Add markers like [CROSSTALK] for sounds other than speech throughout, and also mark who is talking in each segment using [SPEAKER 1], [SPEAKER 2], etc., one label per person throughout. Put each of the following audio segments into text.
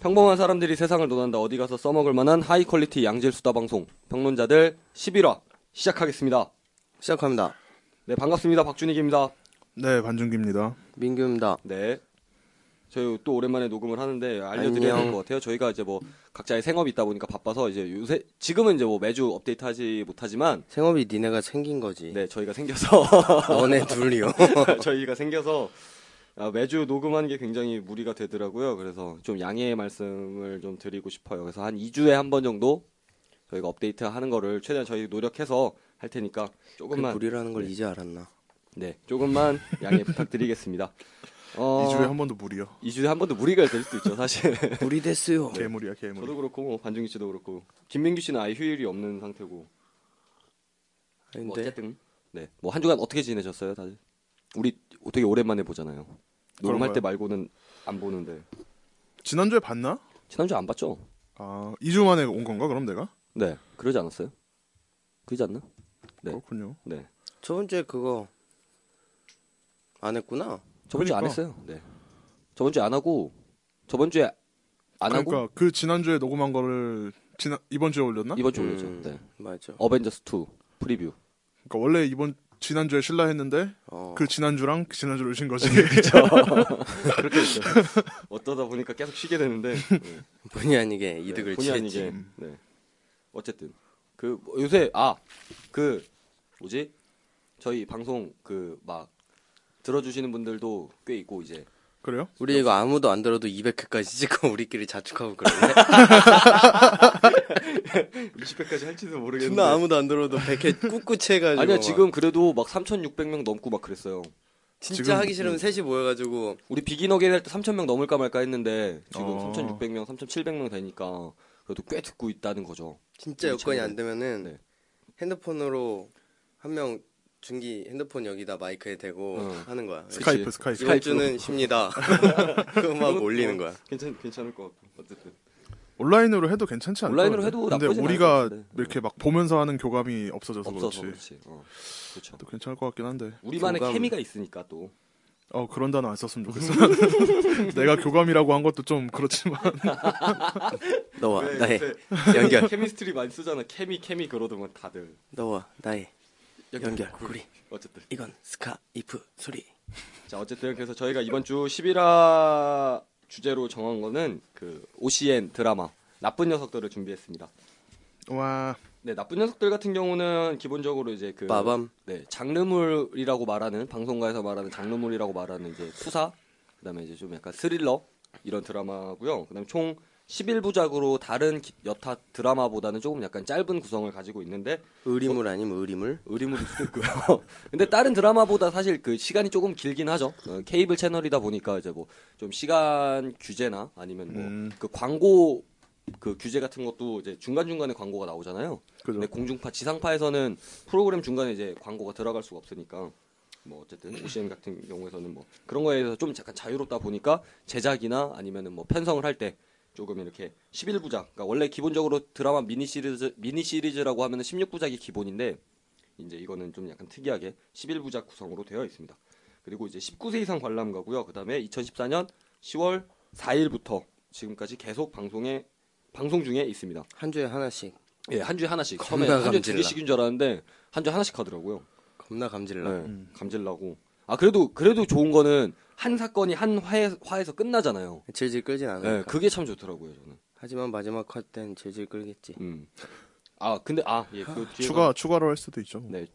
[SPEAKER 1] 평범한 사람들이 세상을 논한다 어디 가서 써먹을 만한 하이 퀄리티 양질 수다 방송 평론자들 11화 시작하겠습니다.
[SPEAKER 2] 시작합니다.
[SPEAKER 1] 네 반갑습니다 박준익입니다.
[SPEAKER 3] 네, 반준기입니다.
[SPEAKER 2] 민규입니다.
[SPEAKER 1] 네. 저희 또 오랜만에 녹음을 하는데 알려드려야 될
[SPEAKER 2] 안녕.
[SPEAKER 1] 것 같아요. 저희가 이제 뭐 각자의 생업이 있다 보니까 바빠서 이제 요새 지금은 이제 뭐 매주 업데이트하지 못하지만
[SPEAKER 2] 생업이 니네가 챙긴 거지.
[SPEAKER 1] 네 저희가 생겨서
[SPEAKER 2] [LAUGHS] 너네 [LAUGHS] 둘이요.
[SPEAKER 1] [LAUGHS] 저희가 생겨서 아, 매주 녹음하는 게 굉장히 무리가 되더라고요. 그래서 좀 양해의 말씀을 좀 드리고 싶어요. 그래서 한 2주에 한 번 정도 저희가 업데이트 하는 거를 최대한 저희 노력해서 할 테니까
[SPEAKER 2] 그
[SPEAKER 1] 조금만
[SPEAKER 2] 불이라는 걸 이제 알았나?
[SPEAKER 1] 네, 조금만 양해 [LAUGHS] 부탁드리겠습니다. 어,
[SPEAKER 3] 이 2주에 한 번도 무리요.
[SPEAKER 1] 2주에 한 번도 무리가 될 수도 있죠, 사실.
[SPEAKER 2] [LAUGHS] 불이 됐어요.
[SPEAKER 3] 개무리야,
[SPEAKER 1] 네.
[SPEAKER 3] 개무리.
[SPEAKER 1] 저도 그렇고 뭐 반중기 씨도 그렇고 김민규 씨는 아예 휴일이 없는 상태고 뭐
[SPEAKER 2] 근데
[SPEAKER 1] 어쨌든 네, 뭐 한 주간 어떻게 지내셨어요, 다들? 우리 되게 오랜만에 보잖아요. 녹음할
[SPEAKER 3] 그런가요?
[SPEAKER 1] 때 말고는 안 보는데
[SPEAKER 3] 지난주에 봤나?
[SPEAKER 1] 지난주 안 봤죠?
[SPEAKER 3] 아, 2주 만에 온 건가, 그럼 내가?
[SPEAKER 1] 네, 그러지 않았어요? 그러지 않나? 네.
[SPEAKER 3] 그렇군요.
[SPEAKER 1] 네,
[SPEAKER 2] 저번 주에 그거 안 했구나.
[SPEAKER 1] 저번 주에 안
[SPEAKER 3] 그러니까.
[SPEAKER 1] 했어요. 네, 저번 주에 안 하고 저번 주에 안
[SPEAKER 3] 그러니까 그 지난주에 녹음한 거를 지난 이번 주에 올렸나?
[SPEAKER 1] 하고 이번 주에 올렸죠.
[SPEAKER 2] 음,
[SPEAKER 1] 네,
[SPEAKER 2] 맞아.
[SPEAKER 1] 어벤져스 2 프리뷰.
[SPEAKER 3] 그러니까 원래 이번 지난주에 실라 했는데
[SPEAKER 2] 어.
[SPEAKER 3] 그 지난주랑 그 지난주 를 오신 거지.
[SPEAKER 1] [LAUGHS] 그렇게 됐죠. 어떠다 보니까 계속 쉬게 되는데 [LAUGHS] 네.
[SPEAKER 2] 본의 아니게 이득을
[SPEAKER 1] 본의
[SPEAKER 2] 취했지.
[SPEAKER 1] 아니게. 네. 어쨌든 그 요새 아 그 뭐지 저희 방송 그 막 들어주시는 분들도 꽤 있고 이제
[SPEAKER 3] [LAUGHS] 그래요?
[SPEAKER 2] 우리 이거 아무도 안 들어도 200회까지 찍고 [LAUGHS] 우리끼리 자축하고 [LAUGHS] 그러네.
[SPEAKER 1] 20회까지 할지도
[SPEAKER 2] 존나 아무도 안 들어도 100회 꿋꿋이 해가지고.
[SPEAKER 1] 아니야
[SPEAKER 2] 막
[SPEAKER 1] 지금 그래도 막 3,600명 넘고 막 그랬어요.
[SPEAKER 2] 진짜
[SPEAKER 3] 지금-
[SPEAKER 2] 하기 싫으면 셋이 모여가지고
[SPEAKER 1] 우리 비긴어게인 할때 3,000명 넘을까 말까 했는데 지금
[SPEAKER 3] 어.
[SPEAKER 1] 3,600명, 3,700명 되니까 그래도 꽤 듣고 있다는 거죠.
[SPEAKER 2] 진짜 여건이 안 되면은
[SPEAKER 1] 네.
[SPEAKER 2] 핸드폰으로 한 명 준기 핸드폰 여기다 마이크에 대고
[SPEAKER 1] 어.
[SPEAKER 2] 하는 거야.
[SPEAKER 3] 스카이프, 스카이프.
[SPEAKER 2] 이번 주는 [LAUGHS] 쉽니다. 그거만 올리는 거야.
[SPEAKER 1] 괜찮 괜찮을 것 같고 어쨌든
[SPEAKER 3] 온라인으로 해도 괜찮지 않을까?
[SPEAKER 1] 온라인으로
[SPEAKER 3] 근데?
[SPEAKER 1] 해도
[SPEAKER 3] 근데
[SPEAKER 1] 나쁘진 않을
[SPEAKER 3] 우리가
[SPEAKER 1] 것 같은데.
[SPEAKER 3] 이렇게 막 보면서 하는 교감이 없어져서
[SPEAKER 1] 없어서
[SPEAKER 3] 그렇지.
[SPEAKER 1] 그렇지. 어, 그렇죠.
[SPEAKER 3] 또 괜찮을 것 같긴 한데.
[SPEAKER 1] 우리만의
[SPEAKER 2] 교감.
[SPEAKER 1] 케미가 있으니까 또
[SPEAKER 3] 어, 그런 단어 안 썼으면 좋겠어. [LAUGHS] 내가 교감이라고 한 것도 좀 그렇지만. [LAUGHS] 아,
[SPEAKER 2] 너와
[SPEAKER 1] 네,
[SPEAKER 2] 나의
[SPEAKER 1] 요새
[SPEAKER 2] 연결.
[SPEAKER 1] [LAUGHS] 케미스트리 많이 쓰잖아. 케미 케미 그러더만 다들.
[SPEAKER 2] 너와 나의 연결.
[SPEAKER 1] 구-
[SPEAKER 2] 구리.
[SPEAKER 1] 어쨌든
[SPEAKER 2] 이건 스카이프 소리.
[SPEAKER 1] 자 어쨌든 그래서 저희가 이번 주 11화 주제로 정한 거는 그 OCN 드라마 나쁜 녀석들을 준비했습니다.
[SPEAKER 3] 와,
[SPEAKER 1] 네, 나쁜 녀석들 같은 경우는 기본적으로 이제 그
[SPEAKER 2] 빠밤.
[SPEAKER 1] 네, 장르물이라고 말하는 방송가에서 말하는 장르물이라고 말하는 이제 수사 그다음에 이제 좀 약간 스릴러 이런 드라마고요. 그다음에 총 11부작으로 다른 기- 여타 드라마보다는 조금 약간 짧은 구성을 가지고 있는데
[SPEAKER 2] 의리물 아니면 의리물?
[SPEAKER 1] 의리물일 수도 있고요. [LAUGHS] 근데 다른 드라마보다 사실 그 시간이 조금 길긴 하죠. 어, 케이블 채널이다 보니까 이제 뭐 좀 시간 규제나 아니면 뭐 그
[SPEAKER 3] 음.
[SPEAKER 1] 광고 그 규제 같은 것도 이제 중간중간에 광고가 나오잖아요.
[SPEAKER 3] 그죠.
[SPEAKER 1] 근데 공중파, 지상파에서는 프로그램 중간에 이제 광고가 들어갈 수가 없으니까 뭐 어쨌든 OCN 같은 경우에서는 뭐 그런 거에 대해서 좀 약간 자유롭다 보니까 제작이나 아니면은 뭐 편성을 할 때 조금 이렇게 11부작. 그러니까 원래 기본적으로 드라마 미니 시리즈 미니 시리즈라고 하면은 16부작이 기본인데 이제 이거는 좀 약간 특이하게 11부작 구성으로 되어 있습니다. 그리고 이제 19세 이상 관람가고요. 그다음에 2014년 10월 4일부터 지금까지 계속 방송에 방송 중에 있습니다.
[SPEAKER 2] 한 주에 하나씩.
[SPEAKER 1] 예, 한 주에 하나씩.
[SPEAKER 2] 겁나
[SPEAKER 1] 처음에 한 주에 두
[SPEAKER 2] 감질나.
[SPEAKER 1] 개씩인 줄 알았는데 한 주에 하나씩 하더라고요.
[SPEAKER 2] 겁나 감질나.
[SPEAKER 1] 네, 감질나고. 아 그래도 그래도 좋은 거는 한 사건이 한 화에, 화에서 끝나잖아요.
[SPEAKER 2] 질질 끌진
[SPEAKER 1] 예,
[SPEAKER 2] 않으니까.
[SPEAKER 1] 그게 참 좋더라고요 저는.
[SPEAKER 2] 하지만 마지막 컷 때는 질질 끌겠지.
[SPEAKER 1] 음. 아 근데 아예그 뒤에
[SPEAKER 3] 추가 추가로 할 수도 있죠. 뭐.
[SPEAKER 1] 네.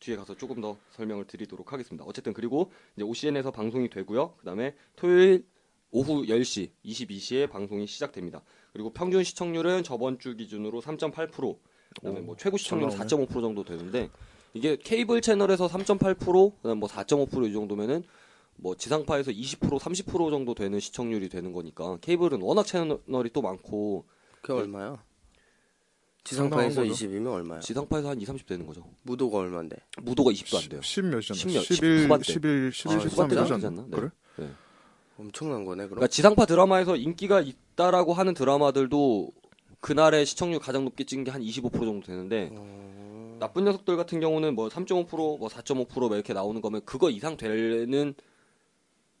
[SPEAKER 1] 뒤에 가서 조금 더 설명을 드리도록 하겠습니다. 어쨌든 그리고 이제 OCN에서 방송이 되고요. 그다음에 토요일 오후 10시 22시에 방송이 시작됩니다. 그리고 평균 시청률은 저번 주 기준으로 3.8%, 그다음에 뭐 최고 시청률은
[SPEAKER 3] 잘
[SPEAKER 1] 4.5% 정도 되는데 이게 케이블 채널에서 3.8%, 그다음 뭐4.5%이 정도면은 뭐 지상파에서 20% 30% 정도 되는 시청률이 되는 거니까 케이블은 워낙 채널이 또 많고
[SPEAKER 2] 그게 얼마야?
[SPEAKER 3] 상당한
[SPEAKER 2] 지상파에서
[SPEAKER 3] 거죠.
[SPEAKER 2] 20이면 얼마야?
[SPEAKER 1] 지상파에서 한 20, 30 되는 거죠.
[SPEAKER 2] 무도가 얼마인데?
[SPEAKER 1] 무도가 20도 안 돼요.
[SPEAKER 3] 10 몇이잖아.
[SPEAKER 1] 10 몇, 10
[SPEAKER 3] 11,
[SPEAKER 1] 후반대.
[SPEAKER 3] 11, 11,
[SPEAKER 2] 아,
[SPEAKER 3] 13
[SPEAKER 1] 후반대가
[SPEAKER 3] 이러지
[SPEAKER 1] 되지
[SPEAKER 3] 않나?
[SPEAKER 1] 않나? 네.
[SPEAKER 3] 그래?
[SPEAKER 1] 네.
[SPEAKER 2] 엄청난 거네 그럼.
[SPEAKER 1] 그러니까 지상파 드라마에서 인기가 있다라고 하는 드라마들도 그날의 시청률 가장 높게 찍은 게 한 25% 정도 되는데
[SPEAKER 3] 음.
[SPEAKER 1] 나쁜 녀석들 같은 뭐 경우는 뭐 3.5%, 뭐4.5% 이렇게 나오는 거면 그거 이상 되는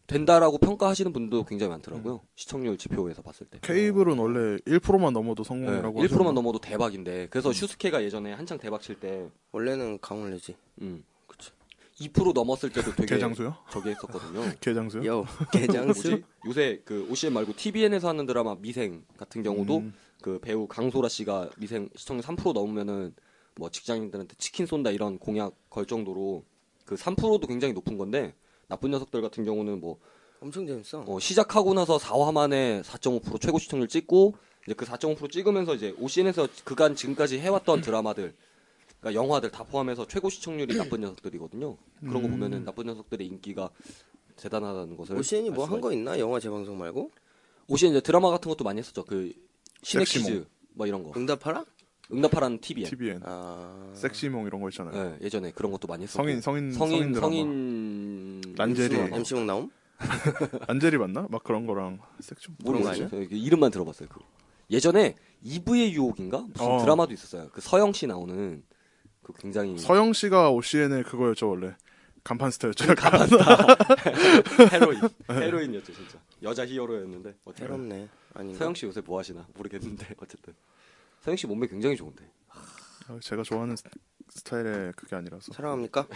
[SPEAKER 1] 된다라고 평가하시는 분도 굉장히 많더라고요.
[SPEAKER 3] 음.
[SPEAKER 1] 시청률 지표에서 봤을 때.
[SPEAKER 3] 케이블은 원래 1%만 넘어도
[SPEAKER 1] 네,
[SPEAKER 3] 성공이라고 음.
[SPEAKER 1] 1%만 넘어도 대박인데 그래서 슈스케가 예전에 한창 대박 칠때
[SPEAKER 2] 원래는 강원래지.
[SPEAKER 1] 음, 그치. 2% 넘었을 때도
[SPEAKER 3] [LAUGHS]
[SPEAKER 1] 되게 예,
[SPEAKER 3] 개장수요?
[SPEAKER 1] 저기 했었거든요.
[SPEAKER 3] 개장수요?
[SPEAKER 2] 요
[SPEAKER 1] 그 뭐지?
[SPEAKER 2] 개장수.
[SPEAKER 1] 요새 그 OCN 말고 TVN에서 하는 드라마 미생 같은 경우도
[SPEAKER 3] 음.
[SPEAKER 1] 그 배우 강소라 씨가 미생 시청률 3% 넘으면은 뭐 직장인들한테 치킨 쏜다 이런 공약 걸 정도로 그 3%도 굉장히 높은 건데 나쁜 녀석들 같은 경우는 뭐
[SPEAKER 2] 엄청 재밌어.
[SPEAKER 1] 어, 시작하고 나서 4화 만에 4.5% 최고 시청률 찍고 이제 그 4.5% 찍으면서 이제 OCN에서 그간 지금까지 해왔던 드라마들 그러니까 영화들 다 포함해서 최고 시청률이 나쁜 녀석들이거든요. 그런 거
[SPEAKER 2] 음.
[SPEAKER 1] 보면은 나쁜 녀석들의 인기가 대단하다는 것을
[SPEAKER 2] 오시엔이
[SPEAKER 1] 알
[SPEAKER 2] 뭐
[SPEAKER 1] 수가
[SPEAKER 2] 한 거 있나? 영화 재방송 말고?
[SPEAKER 1] 오시는 이제 드라마 같은 것도 많이 했었죠. 그 신의
[SPEAKER 3] 섹시몽.
[SPEAKER 1] 퀴즈 뭐 이런
[SPEAKER 2] 어.
[SPEAKER 1] 거.
[SPEAKER 2] 응답하라?
[SPEAKER 1] 응답하라는 TVN.
[SPEAKER 3] TVN
[SPEAKER 2] 아.
[SPEAKER 3] 섹시몽 이런 거 있잖아요.
[SPEAKER 1] 예, 예전에 그런 것도 많이 했었고.
[SPEAKER 3] 성인 성인
[SPEAKER 1] 성인
[SPEAKER 3] 성인, 드라마.
[SPEAKER 1] 성인
[SPEAKER 3] 란제리.
[SPEAKER 1] 무슨 영화?
[SPEAKER 2] MC몽 나옴?
[SPEAKER 3] 안젤이 맞나? 막 그런 거랑 섹시
[SPEAKER 1] 모르겠어요.
[SPEAKER 2] 그런
[SPEAKER 1] 저 이렇게 이름만 들어봤어요. 그거. 예전에 이브의 유혹인가 무슨
[SPEAKER 3] 어.
[SPEAKER 1] 드라마도 있었어요. 그 서영 씨 나오는 그 굉장히
[SPEAKER 3] 서영 씨가 OCN의 그거였죠 원래 간판 스타였죠.
[SPEAKER 1] [LAUGHS]
[SPEAKER 3] [LAUGHS]
[SPEAKER 1] 헤로인
[SPEAKER 3] 네.
[SPEAKER 1] 헤로인이었죠 진짜 여자 히어로였는데 어쨌든
[SPEAKER 2] 새롭네. 아니.
[SPEAKER 1] 서영 씨 요새 뭐 하시나 모르겠는데 [LAUGHS] 어쨌든 서영 씨 몸매 굉장히 좋은데
[SPEAKER 3] 아, 제가 좋아하는 스- 스타일의 그게 아니라서.
[SPEAKER 2] 사랑합니까?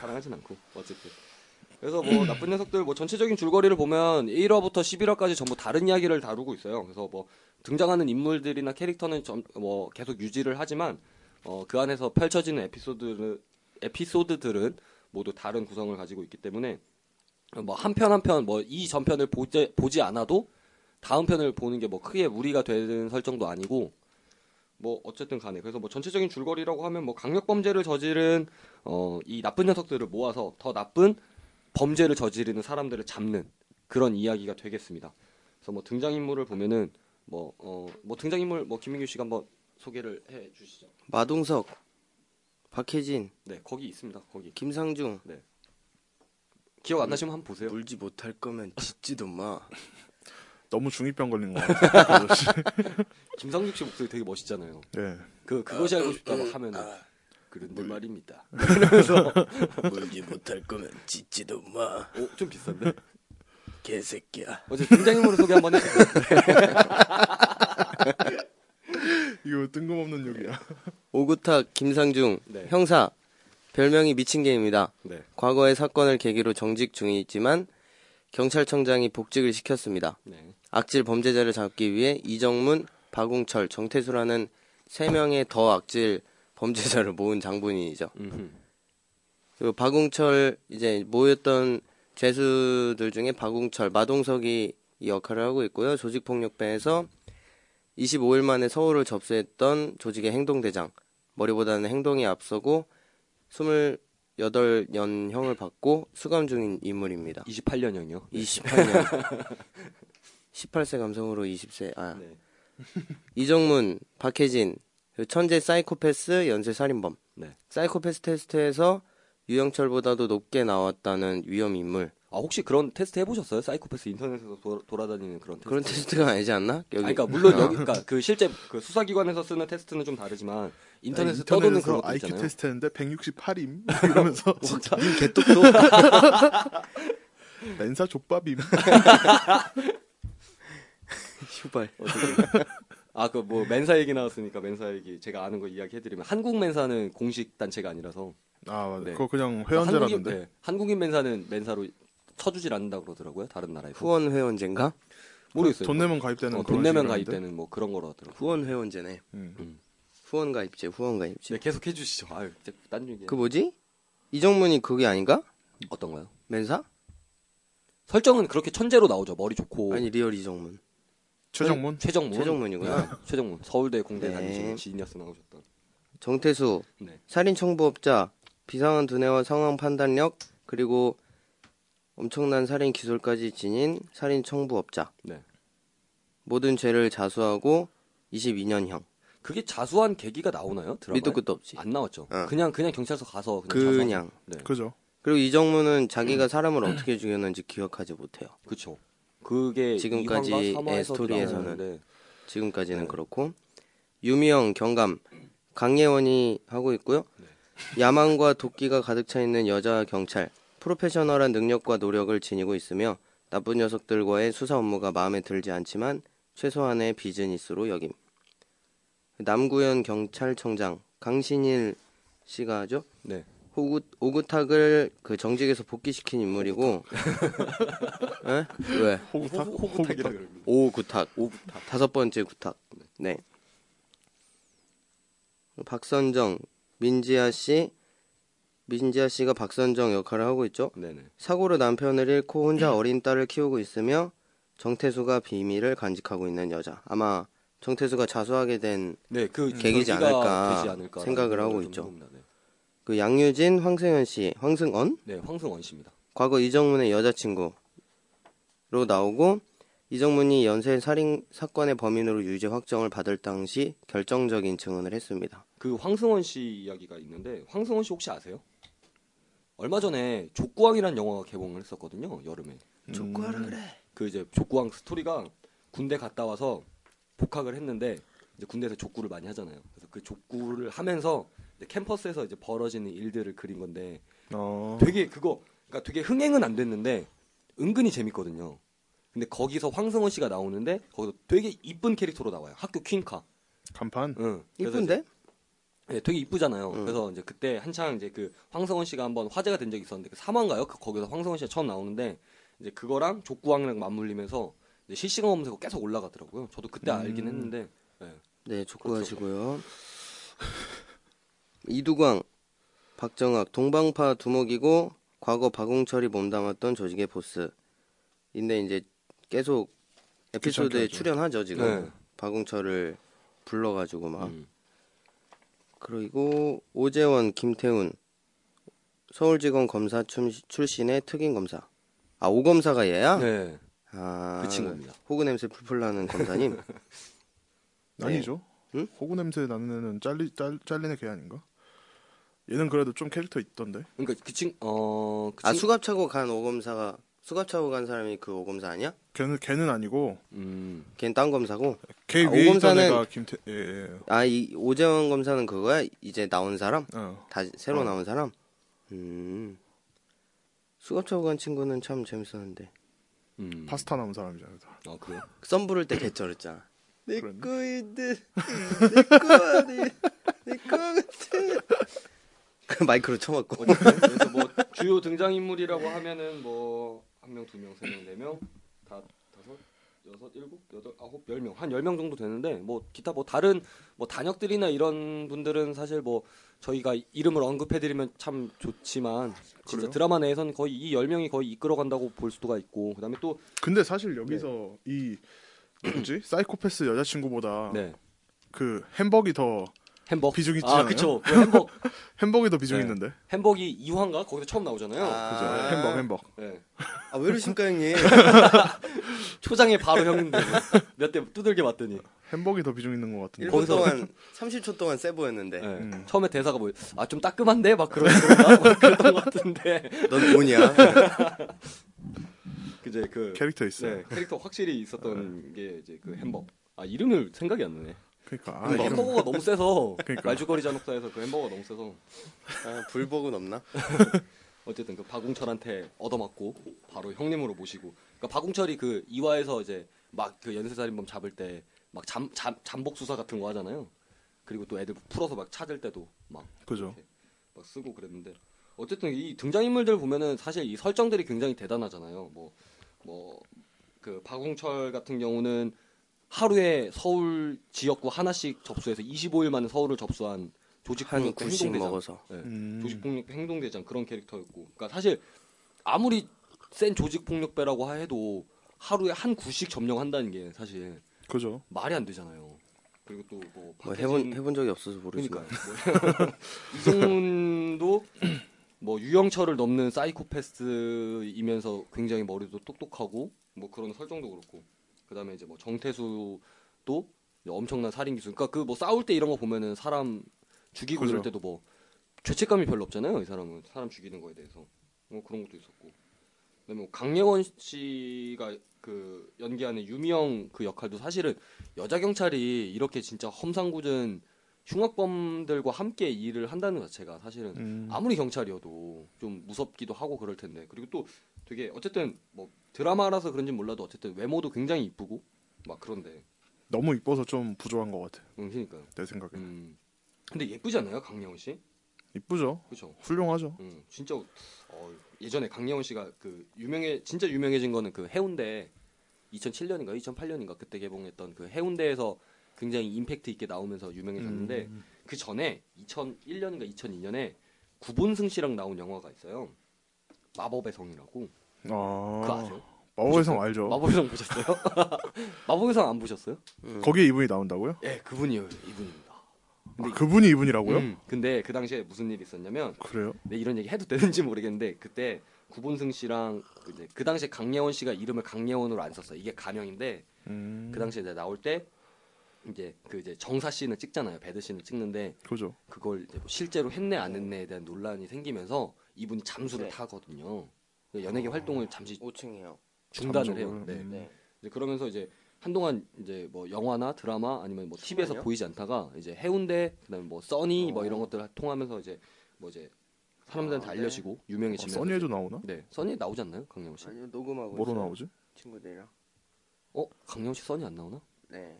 [SPEAKER 1] 사랑하진 않고 어쨌든 그래서 뭐 나쁜 녀석들 뭐 전체적인 줄거리를 보면 1화부터 11화까지 전부 다른 이야기를 다루고 있어요. 그래서 뭐 등장하는 인물들이나 캐릭터는 점, 뭐 계속 유지를 하지만 어, 그 안에서 펼쳐지는 에피소드는 에피소드들은 모두 다른 구성을 가지고 있기 때문에 뭐 한 편 한 편 뭐 이 전편을 보지, 보지 않아도 다음 편을 보는 게 뭐 크게 무리가 되는 설정도 아니고 뭐 어쨌든 간에 그래서 뭐 전체적인 줄거리라고 하면 뭐 강력 범죄를 저지른 어, 이 나쁜 녀석들을 모아서 더 나쁜 범죄를 저지르는 사람들을 잡는 그런 이야기가 되겠습니다. 그래서 뭐 등장인물을 보면은 뭐, 어, 뭐 등장인물 뭐 김민규 씨가 한번 소개를 해 주시죠.
[SPEAKER 2] 마동석, 박혜진,
[SPEAKER 1] 네, 거기 있습니다. 거기.
[SPEAKER 2] 김상중.
[SPEAKER 1] 기억 안 나시면 한번 보세요.
[SPEAKER 2] 울지 못할 거면 짖지도 마.
[SPEAKER 3] 너무 중이병 걸린 거 같아요. 그
[SPEAKER 1] [LAUGHS]
[SPEAKER 3] 아저씨.
[SPEAKER 1] 김상식 씨 목소리 되게 멋있잖아요.
[SPEAKER 3] 예.
[SPEAKER 1] 그 그것이 알고 싶다 막 하면은 그런데 말입니다.
[SPEAKER 2] [LAUGHS] 울지 못할 거면 짖지도 마.
[SPEAKER 1] 오, 어, 좀 비싼데.
[SPEAKER 2] 개새끼야.
[SPEAKER 1] 어제 등장인물을 소개 한번 해 주세요.
[SPEAKER 3] 이거
[SPEAKER 1] 예.
[SPEAKER 3] 뜬금없는 욕이야.
[SPEAKER 2] 오구탁 김상중
[SPEAKER 1] 네.
[SPEAKER 2] 형사 별명이 미친 개입니다.
[SPEAKER 1] 네.
[SPEAKER 2] 과거의 사건을 계기로 정직 중이지만 경찰청장이 복직을 시켰습니다.
[SPEAKER 1] 네.
[SPEAKER 2] 악질 범죄자를 잡기 위해 이정문, 박웅철, 정태수라는 세 명의 더 악질 범죄자를 모은 장본인이죠.
[SPEAKER 1] 음흠.
[SPEAKER 2] 그리고 박웅철 이제 모였던 죄수들 중에 박웅철, 마동석이 이 역할을 하고 있고요. 조직폭력배에서 25일 만에 서울을 접수했던 조직의 행동대장. 머리보다는 행동이 앞서고 28년형을 받고 수감 중인 인물입니다.
[SPEAKER 1] 28년형이요.
[SPEAKER 2] 28년. [LAUGHS] 18세 감성으로 20세. 아.
[SPEAKER 1] 네. [LAUGHS]
[SPEAKER 2] 이정문, 박혜진, 그리고 천재 사이코패스 연쇄 살인범.
[SPEAKER 1] 네.
[SPEAKER 2] 사이코패스 테스트에서 유영철보다도 높게 나왔다는 위험 인물.
[SPEAKER 1] 아 혹시 그런 테스트 해보셨어요? 사이코패스 인터넷에서 돌- 돌아다니는 그런 테스트.
[SPEAKER 2] 그런 테스트가 아니지 않나? 여기.
[SPEAKER 1] 아니, 그러니까
[SPEAKER 3] 어.
[SPEAKER 1] 물론 여기 그러니까 그 실제 그 수사기관에서 쓰는 테스트는 좀 다르지만 인터넷에
[SPEAKER 3] 인터넷에서
[SPEAKER 1] 떠도는 그런 것도
[SPEAKER 3] IQ
[SPEAKER 1] 있잖아요.
[SPEAKER 3] 테스트 했는데 168임 이러면서
[SPEAKER 1] [LAUGHS]
[SPEAKER 3] [LAUGHS]
[SPEAKER 1] 진짜
[SPEAKER 2] 님 개똑도.
[SPEAKER 1] [LAUGHS]
[SPEAKER 3] 렌사 족밥임.
[SPEAKER 2] 휴발.
[SPEAKER 1] 어, 아그 뭐 맨사 얘기 나왔으니까 맨사 얘기 제가 아는 거 이야기해드리면 한국 맨사는 공식 단체가 아니라서
[SPEAKER 3] 아 맞아.
[SPEAKER 1] 네.
[SPEAKER 3] 그거 그냥
[SPEAKER 1] 한국인,
[SPEAKER 3] 회원제라던데.
[SPEAKER 1] 네, 한국인 맨사는 맨사로 쳐주질 않는다 그러더라고요 다른 나라에서
[SPEAKER 2] 후원 회원제인가?
[SPEAKER 1] 네, 모르겠어요.
[SPEAKER 3] 돈 내면 가입되는
[SPEAKER 1] 어,
[SPEAKER 3] 그런
[SPEAKER 1] 돈 내면
[SPEAKER 3] 식이라는데.
[SPEAKER 1] 가입되는 뭐 그런 거라 하더라고요.
[SPEAKER 2] 후원 회원제네.
[SPEAKER 3] 음.
[SPEAKER 2] 후원 가입제, 후원 가입제.
[SPEAKER 1] 네, 계속 해주시죠. 아유 이제 딴 얘기.
[SPEAKER 2] 그 뭐지? 이정문이 그게 아닌가?
[SPEAKER 1] 어떤 거요?
[SPEAKER 2] 멘사?
[SPEAKER 1] 설정은 그렇게 천재로 나오죠. 머리 좋고 네,
[SPEAKER 2] 아니 리얼 이정문.
[SPEAKER 3] 최정문
[SPEAKER 1] 최정문
[SPEAKER 2] 최정문이구나.
[SPEAKER 1] 네, 최정문 서울대 공대
[SPEAKER 2] 네.
[SPEAKER 1] 다니시는 지니어스 나오셨던.
[SPEAKER 2] 정태수,
[SPEAKER 1] 네.
[SPEAKER 2] 살인 청부업자, 비상한 두뇌와 상황 판단력, 그리고 엄청난 살인 기술까지 지닌 살인 청부업자.
[SPEAKER 1] 네.
[SPEAKER 2] 모든 죄를 자수하고 22년형.
[SPEAKER 1] 그게 자수한 계기가 나오나요? 드라마
[SPEAKER 2] 밑도 끝도 없지.
[SPEAKER 1] 안 나왔죠.
[SPEAKER 2] 어.
[SPEAKER 1] 그냥 그냥 경찰서 가서 그냥 음. 자수한-
[SPEAKER 2] 그냥.
[SPEAKER 1] 네.
[SPEAKER 3] 그죠.
[SPEAKER 2] 그리고 이정문은 자기가 사람을 어떻게 죽였는지 기억하지 못해요.
[SPEAKER 1] 그쵸. 그게
[SPEAKER 2] 지금까지의 예,
[SPEAKER 1] 이황과 삼화에서
[SPEAKER 2] 스토리에서는.
[SPEAKER 1] 나오는데
[SPEAKER 2] 지금까지는 그렇고 유미영 경감 강예원이 하고 있고요. 야망과 도끼가 가득 차 있는 여자 경찰 프로페셔널한 능력과 노력을 지니고 있으며 나쁜 녀석들과의 수사 업무가 마음에 들지 않지만 최소한의 비즈니스로 여김. 남구현 경찰청장 강신일 씨가 하죠.
[SPEAKER 1] 네.
[SPEAKER 2] 호구, 오구탁을 그 정직에서 복귀시킨 인물이고 예? 왜?
[SPEAKER 3] 호구탁?
[SPEAKER 1] 호구- 호구탁이라 그럽니다.
[SPEAKER 2] 오구탁. 오구탁. 다섯 번째 구탁. 네. 박선정, 민지아 씨. 민지아 씨가 박선정 역할을 하고 있죠.
[SPEAKER 1] 네네.
[SPEAKER 2] 사고로 남편을 잃고 혼자 어린 딸을 키우고 있으며 정태수가 비밀을 간직하고 있는 여자. 아마 정태수가 자수하게 된 그
[SPEAKER 1] 네, 그
[SPEAKER 2] 계기지
[SPEAKER 1] 계기가
[SPEAKER 2] 않을까
[SPEAKER 1] 되지 않을까
[SPEAKER 2] 생각을 하고
[SPEAKER 1] 좀
[SPEAKER 2] 있죠.
[SPEAKER 1] 해봅니다. 네.
[SPEAKER 2] 그 양유진, 황승현 씨, 황승언?
[SPEAKER 1] 네, 황승원 씨입니다.
[SPEAKER 2] 과거 이정문의 여자친구로 나오고 이정문이 연쇄 살인 사건의 범인으로 유죄 확정을 받을 당시 결정적인 증언을 했습니다.
[SPEAKER 1] 그 황승원 씨 이야기가 있는데 황승원 씨 혹시 아세요? 얼마 전에 족구왕이라는 영화가 개봉을 했었거든요. 여름에.
[SPEAKER 3] 음.
[SPEAKER 2] 족구하라 그래.
[SPEAKER 1] 그 이제 족구왕 스토리가 군대 갔다 와서 복학을 했는데 이제 군대에서 족구를 많이 하잖아요. 그래서 그 족구를 하면서 이제 캠퍼스에서 이제 벌어지는 일들을 그린 건데
[SPEAKER 3] 어.
[SPEAKER 1] 되게 그거 그러니까 되게 흥행은 안 됐는데 은근히 재밌거든요. 근데 거기서 황승원 씨가 나오는데 거기서 되게 이쁜 캐릭터로 나와요. 학교 퀸카.
[SPEAKER 3] 간판?
[SPEAKER 1] 응. 그래서
[SPEAKER 2] 음. 이쁜데?
[SPEAKER 1] 네, 되게 이쁘잖아요.
[SPEAKER 2] 음.
[SPEAKER 1] 그래서 이제 그때 한창 이제 그 황성원 씨가 한번 화제가 된 적이 있었는데 그 3화인가요? 그 거기서 황성원 씨가 처음 나오는데 이제 그거랑 족구왕이랑 맞물리면서 이제 실시간 검색어 계속 올라가더라고요. 저도 그때
[SPEAKER 2] 음.
[SPEAKER 1] 알긴 했는데 예.
[SPEAKER 2] 네, 족구하시고요. 이두광, 박정학, 동방파 두목이고 과거 박웅철이 몸담았던 조직의 보스. 인데 이제 계속 에피소드에
[SPEAKER 3] 귀찮게 하죠.
[SPEAKER 2] 출연하죠 지금
[SPEAKER 1] 네.
[SPEAKER 2] 박웅철을 불러가지고 막
[SPEAKER 1] 음.
[SPEAKER 2] 그리고 오재원, 김태훈 서울지검 검사 춤- 출신의 특임 검사. 아 오검사가 얘야?
[SPEAKER 1] 네.
[SPEAKER 2] 아,
[SPEAKER 1] 그 친구입니다.
[SPEAKER 2] 호구 냄새
[SPEAKER 1] [LAUGHS]
[SPEAKER 2] 풀풀 나는 검사님.
[SPEAKER 1] 네.
[SPEAKER 3] 아니죠. 예?
[SPEAKER 2] 응?
[SPEAKER 3] 호구 냄새 나는 애는 잘리 잘, 잘리는 개 아닌가? 얘는 그래도 좀 캐릭터 있던데.
[SPEAKER 1] 그러니까 그친어그
[SPEAKER 2] 아 수갑 차고 간 오검사가 수갑 차고 간 사람이 그 오검사 아니야?
[SPEAKER 3] 걔는 걔는 아니고
[SPEAKER 1] 음.
[SPEAKER 2] 걘 딴 검사고.
[SPEAKER 3] 걔
[SPEAKER 2] 아,
[SPEAKER 3] 위에 있던
[SPEAKER 2] 오검사는-
[SPEAKER 3] 애가 김태 예, 예.
[SPEAKER 2] 아 이 오재원 검사는 그거야? 이제 나온 사람?
[SPEAKER 3] 어.
[SPEAKER 2] 다 새로
[SPEAKER 3] 어.
[SPEAKER 2] 나온 사람? 음. 수갑 차고 간 친구는 참 재밌었는데.
[SPEAKER 1] 음.
[SPEAKER 3] 파스타 나온 사람이잖아요. 다.
[SPEAKER 1] 어, 그래요?
[SPEAKER 2] 썸 부를 때 개쩔었잖아. 내
[SPEAKER 3] 그랬나?
[SPEAKER 2] 거인데 내거 아니 내거 같아. 그 마이크로 쳐맞고.
[SPEAKER 1] 어쨌든 그래서 뭐 주요 등장 인물이라고 하면은 뭐 한 명, 두 명, 세 명, 네 명, 다 다섯, 여섯, 일곱, 여덟, 아홉, 열 명, 한 열 명 정도 되는데 뭐 기타 뭐 다른 뭐 단역들이나 이런 분들은 사실 뭐 저희가 이름을 언급해드리면 참 좋지만 진짜
[SPEAKER 3] 그래요?
[SPEAKER 1] 드라마 내에선 거의 이 열 명이 거의 이끌어간다고 볼 수가 있고 그다음에 또
[SPEAKER 3] 근데 사실 여기서 이 뭐지? 사이코패스 여자친구보다
[SPEAKER 1] 네.
[SPEAKER 3] 그 햄버기 더
[SPEAKER 1] 햄버거
[SPEAKER 3] 비중 있지
[SPEAKER 1] 아
[SPEAKER 3] 않아요?
[SPEAKER 1] 그쵸 그 햄버거
[SPEAKER 3] 햄버기 더 비중
[SPEAKER 1] 네.
[SPEAKER 3] 있는데.
[SPEAKER 1] 햄버기 이화인가 거기서 처음 나오잖아요
[SPEAKER 3] 그죠?
[SPEAKER 2] 아.
[SPEAKER 3] 햄버거 햄버거.
[SPEAKER 1] 네.
[SPEAKER 2] 아 왜 이러십니까 형님?
[SPEAKER 3] [LAUGHS]
[SPEAKER 1] 초장에 바로 형인데 [LAUGHS] 몇 대 두들겨 맞더니
[SPEAKER 3] 햄버기 더 비중 있는 것 같은데.
[SPEAKER 2] 1분
[SPEAKER 1] 거기서-
[SPEAKER 3] 뭐?
[SPEAKER 2] 동안 30초 동안 세 보였는데
[SPEAKER 1] 예.
[SPEAKER 3] 음.
[SPEAKER 1] 처음에 대사가 뭐, 아, 좀 따끔한데? 막 그런, [LAUGHS] 그런가? 막 그랬던 것
[SPEAKER 3] [LAUGHS]
[SPEAKER 1] 같은데.
[SPEAKER 2] 넌 돈이야.
[SPEAKER 1] 그제 그,
[SPEAKER 3] 캐릭터 있어. 요 네.
[SPEAKER 1] 네, 캐릭터 확실히 있었던 게 이제 그 햄버거. 아, 이름을 생각이 안 나네.
[SPEAKER 3] 그러니까 아,
[SPEAKER 1] 근데
[SPEAKER 3] 이름-
[SPEAKER 1] 햄버거가
[SPEAKER 3] [LAUGHS]
[SPEAKER 1] 너무 세서,
[SPEAKER 3] 그러니까.
[SPEAKER 1] 말죽거리 잔혹사에서 그 햄버거가 너무 세서,
[SPEAKER 2] 아, 불복은 없나?
[SPEAKER 1] 어쨌든 그 박웅철한테 얻어맞고, 바로 형님으로 모시고. 그러니까 박웅철이 그 이화에서 이제 막 그 연쇄살인범 잡을 때, 막 잠, 잠, 잠복 수사 같은 거 하잖아요. 그리고 또 애들 풀어서 막 찾을 때도 막
[SPEAKER 3] 그죠.
[SPEAKER 1] 막 쓰고 그랬는데 어쨌든 이 등장인물들 보면은 사실 이 설정들이 굉장히 대단하잖아요. 뭐 뭐 그 박웅철 같은 경우는 하루에 서울 지역구 하나씩 접수해서 25일 만에 서울을 접수한
[SPEAKER 2] 한
[SPEAKER 1] 조직폭력
[SPEAKER 2] 90
[SPEAKER 1] 행동대장,
[SPEAKER 2] 먹어서.
[SPEAKER 1] 네,
[SPEAKER 3] 음.
[SPEAKER 1] 조직폭력 행동대장 그런 캐릭터였고, 그러니까 사실 아무리 센 조직폭력배라고 해도 하루에 한 구씩 점령한다는 게 사실
[SPEAKER 3] 그죠.
[SPEAKER 1] 말이 안 되잖아요. 그리고 또뭐
[SPEAKER 2] 뭐
[SPEAKER 3] 그러니까
[SPEAKER 2] 해본 해본 적이 없어서 모르지만.
[SPEAKER 1] 그러니까
[SPEAKER 2] [LAUGHS]
[SPEAKER 1] 이정훈도 뭐 유영철을 넘는 사이코패스이면서 굉장히 머리도 똑똑하고 뭐 그런 설정도 그렇고 그다음에 이제 뭐 정태수도 이제 엄청난 살인 기술. 그러니까 그 뭐 싸울 때 이런 거 보면은 사람 죽이고
[SPEAKER 3] 그죠.
[SPEAKER 1] 이럴 때도 뭐 죄책감이 별로 없잖아요. 이 사람은 사람 죽이는 거에 대해서 뭐 그런 것도 있었고. 그다음에 뭐 강예원 씨가 그 연기하는 유미영 그 역할도 사실은 여자 경찰이 이렇게 진짜 험상궂은 흉악범들과 함께 일을 한다는 것 자체가 사실은
[SPEAKER 3] 음.
[SPEAKER 1] 아무리 경찰이어도 좀 무섭기도 하고 그럴 텐데 그리고 또 되게 어쨌든 뭐 드라마라서 그런지 몰라도 어쨌든 외모도 굉장히 이쁘고 막 그런데
[SPEAKER 3] 너무 이뻐서 좀 부족한 것 같아
[SPEAKER 1] 음, 그러니까
[SPEAKER 3] 내 생각에
[SPEAKER 1] 음 근데 예쁘지 않나요 강영훈 씨?
[SPEAKER 3] 이쁘죠
[SPEAKER 1] 그렇죠.
[SPEAKER 3] 훌륭하죠
[SPEAKER 1] 음 진짜 어, 예전에 강영훈 씨가 그 유명해 진짜 유명해진 거는 그 해운대 2007년인가 2008년인가 그때 개봉했던 그 해운대에서 굉장히 임팩트 있게 나오면서 유명해졌는데
[SPEAKER 3] 음.
[SPEAKER 1] 그 전에 2001년인가 2002년에 구본승 씨랑 나온 영화가 있어요. 마법의 성이라고. 그거
[SPEAKER 3] 아
[SPEAKER 1] 아세요?
[SPEAKER 3] 마법의 성 알죠
[SPEAKER 1] 마법의 성 보셨어요? [LAUGHS] 마법의 성 안 보셨어요?
[SPEAKER 2] 음.
[SPEAKER 3] 거기에 이분이 나온다고요
[SPEAKER 1] 예, 그분이에요. 이분입니다.
[SPEAKER 3] 아, 그분이 이분이라고요
[SPEAKER 1] 네. 음, 근데 그 당시에 무슨 일이 있었냐면
[SPEAKER 3] 그래요
[SPEAKER 1] 네, 이런 얘기 해도 되는지 모르겠는데 그때 구본승 씨랑 그 이제 그 당시에 강예원 씨가 이름을 강예원으로 안 썼어요. 이게 가명인데
[SPEAKER 3] 음.
[SPEAKER 1] 그 당시에 이제 나올 때 이제 그 이제 정사 씨는 찍잖아요. 배드 씨는 찍는데
[SPEAKER 3] 그죠
[SPEAKER 1] 그걸 이제 뭐 실제로 했네 안 했네에 대한 논란이 생기면서 이분이 잠수를 타거든요. 그 연예계 활동을 잠시
[SPEAKER 2] 5층이요.
[SPEAKER 1] 중단을
[SPEAKER 3] 잠적을.
[SPEAKER 1] 해요. 네.
[SPEAKER 3] 음.
[SPEAKER 2] 네.
[SPEAKER 1] 이제 그러면서 이제 한동안 이제 뭐 영화나 드라마 아니면 뭐 TV에서
[SPEAKER 2] 정말요?
[SPEAKER 1] 보이지 않다가 이제 해운대 그다음에 뭐 써니 뭐
[SPEAKER 2] 어.
[SPEAKER 1] 이런 것들 통하면서 이제 뭐 이제 사람들한테
[SPEAKER 2] 아, 네.
[SPEAKER 1] 알려지고
[SPEAKER 3] 아,
[SPEAKER 1] 유명해지면서
[SPEAKER 3] 써니에도 나오나
[SPEAKER 1] 이제- 네 써니 나오지 않나요 강영호 씨?
[SPEAKER 2] 아니요 녹음하고
[SPEAKER 3] 뭐로
[SPEAKER 2] 있어요.
[SPEAKER 3] 나오지
[SPEAKER 2] 친구들이랑.
[SPEAKER 1] 어 강영호 씨 써니 안 나오나?
[SPEAKER 2] 네.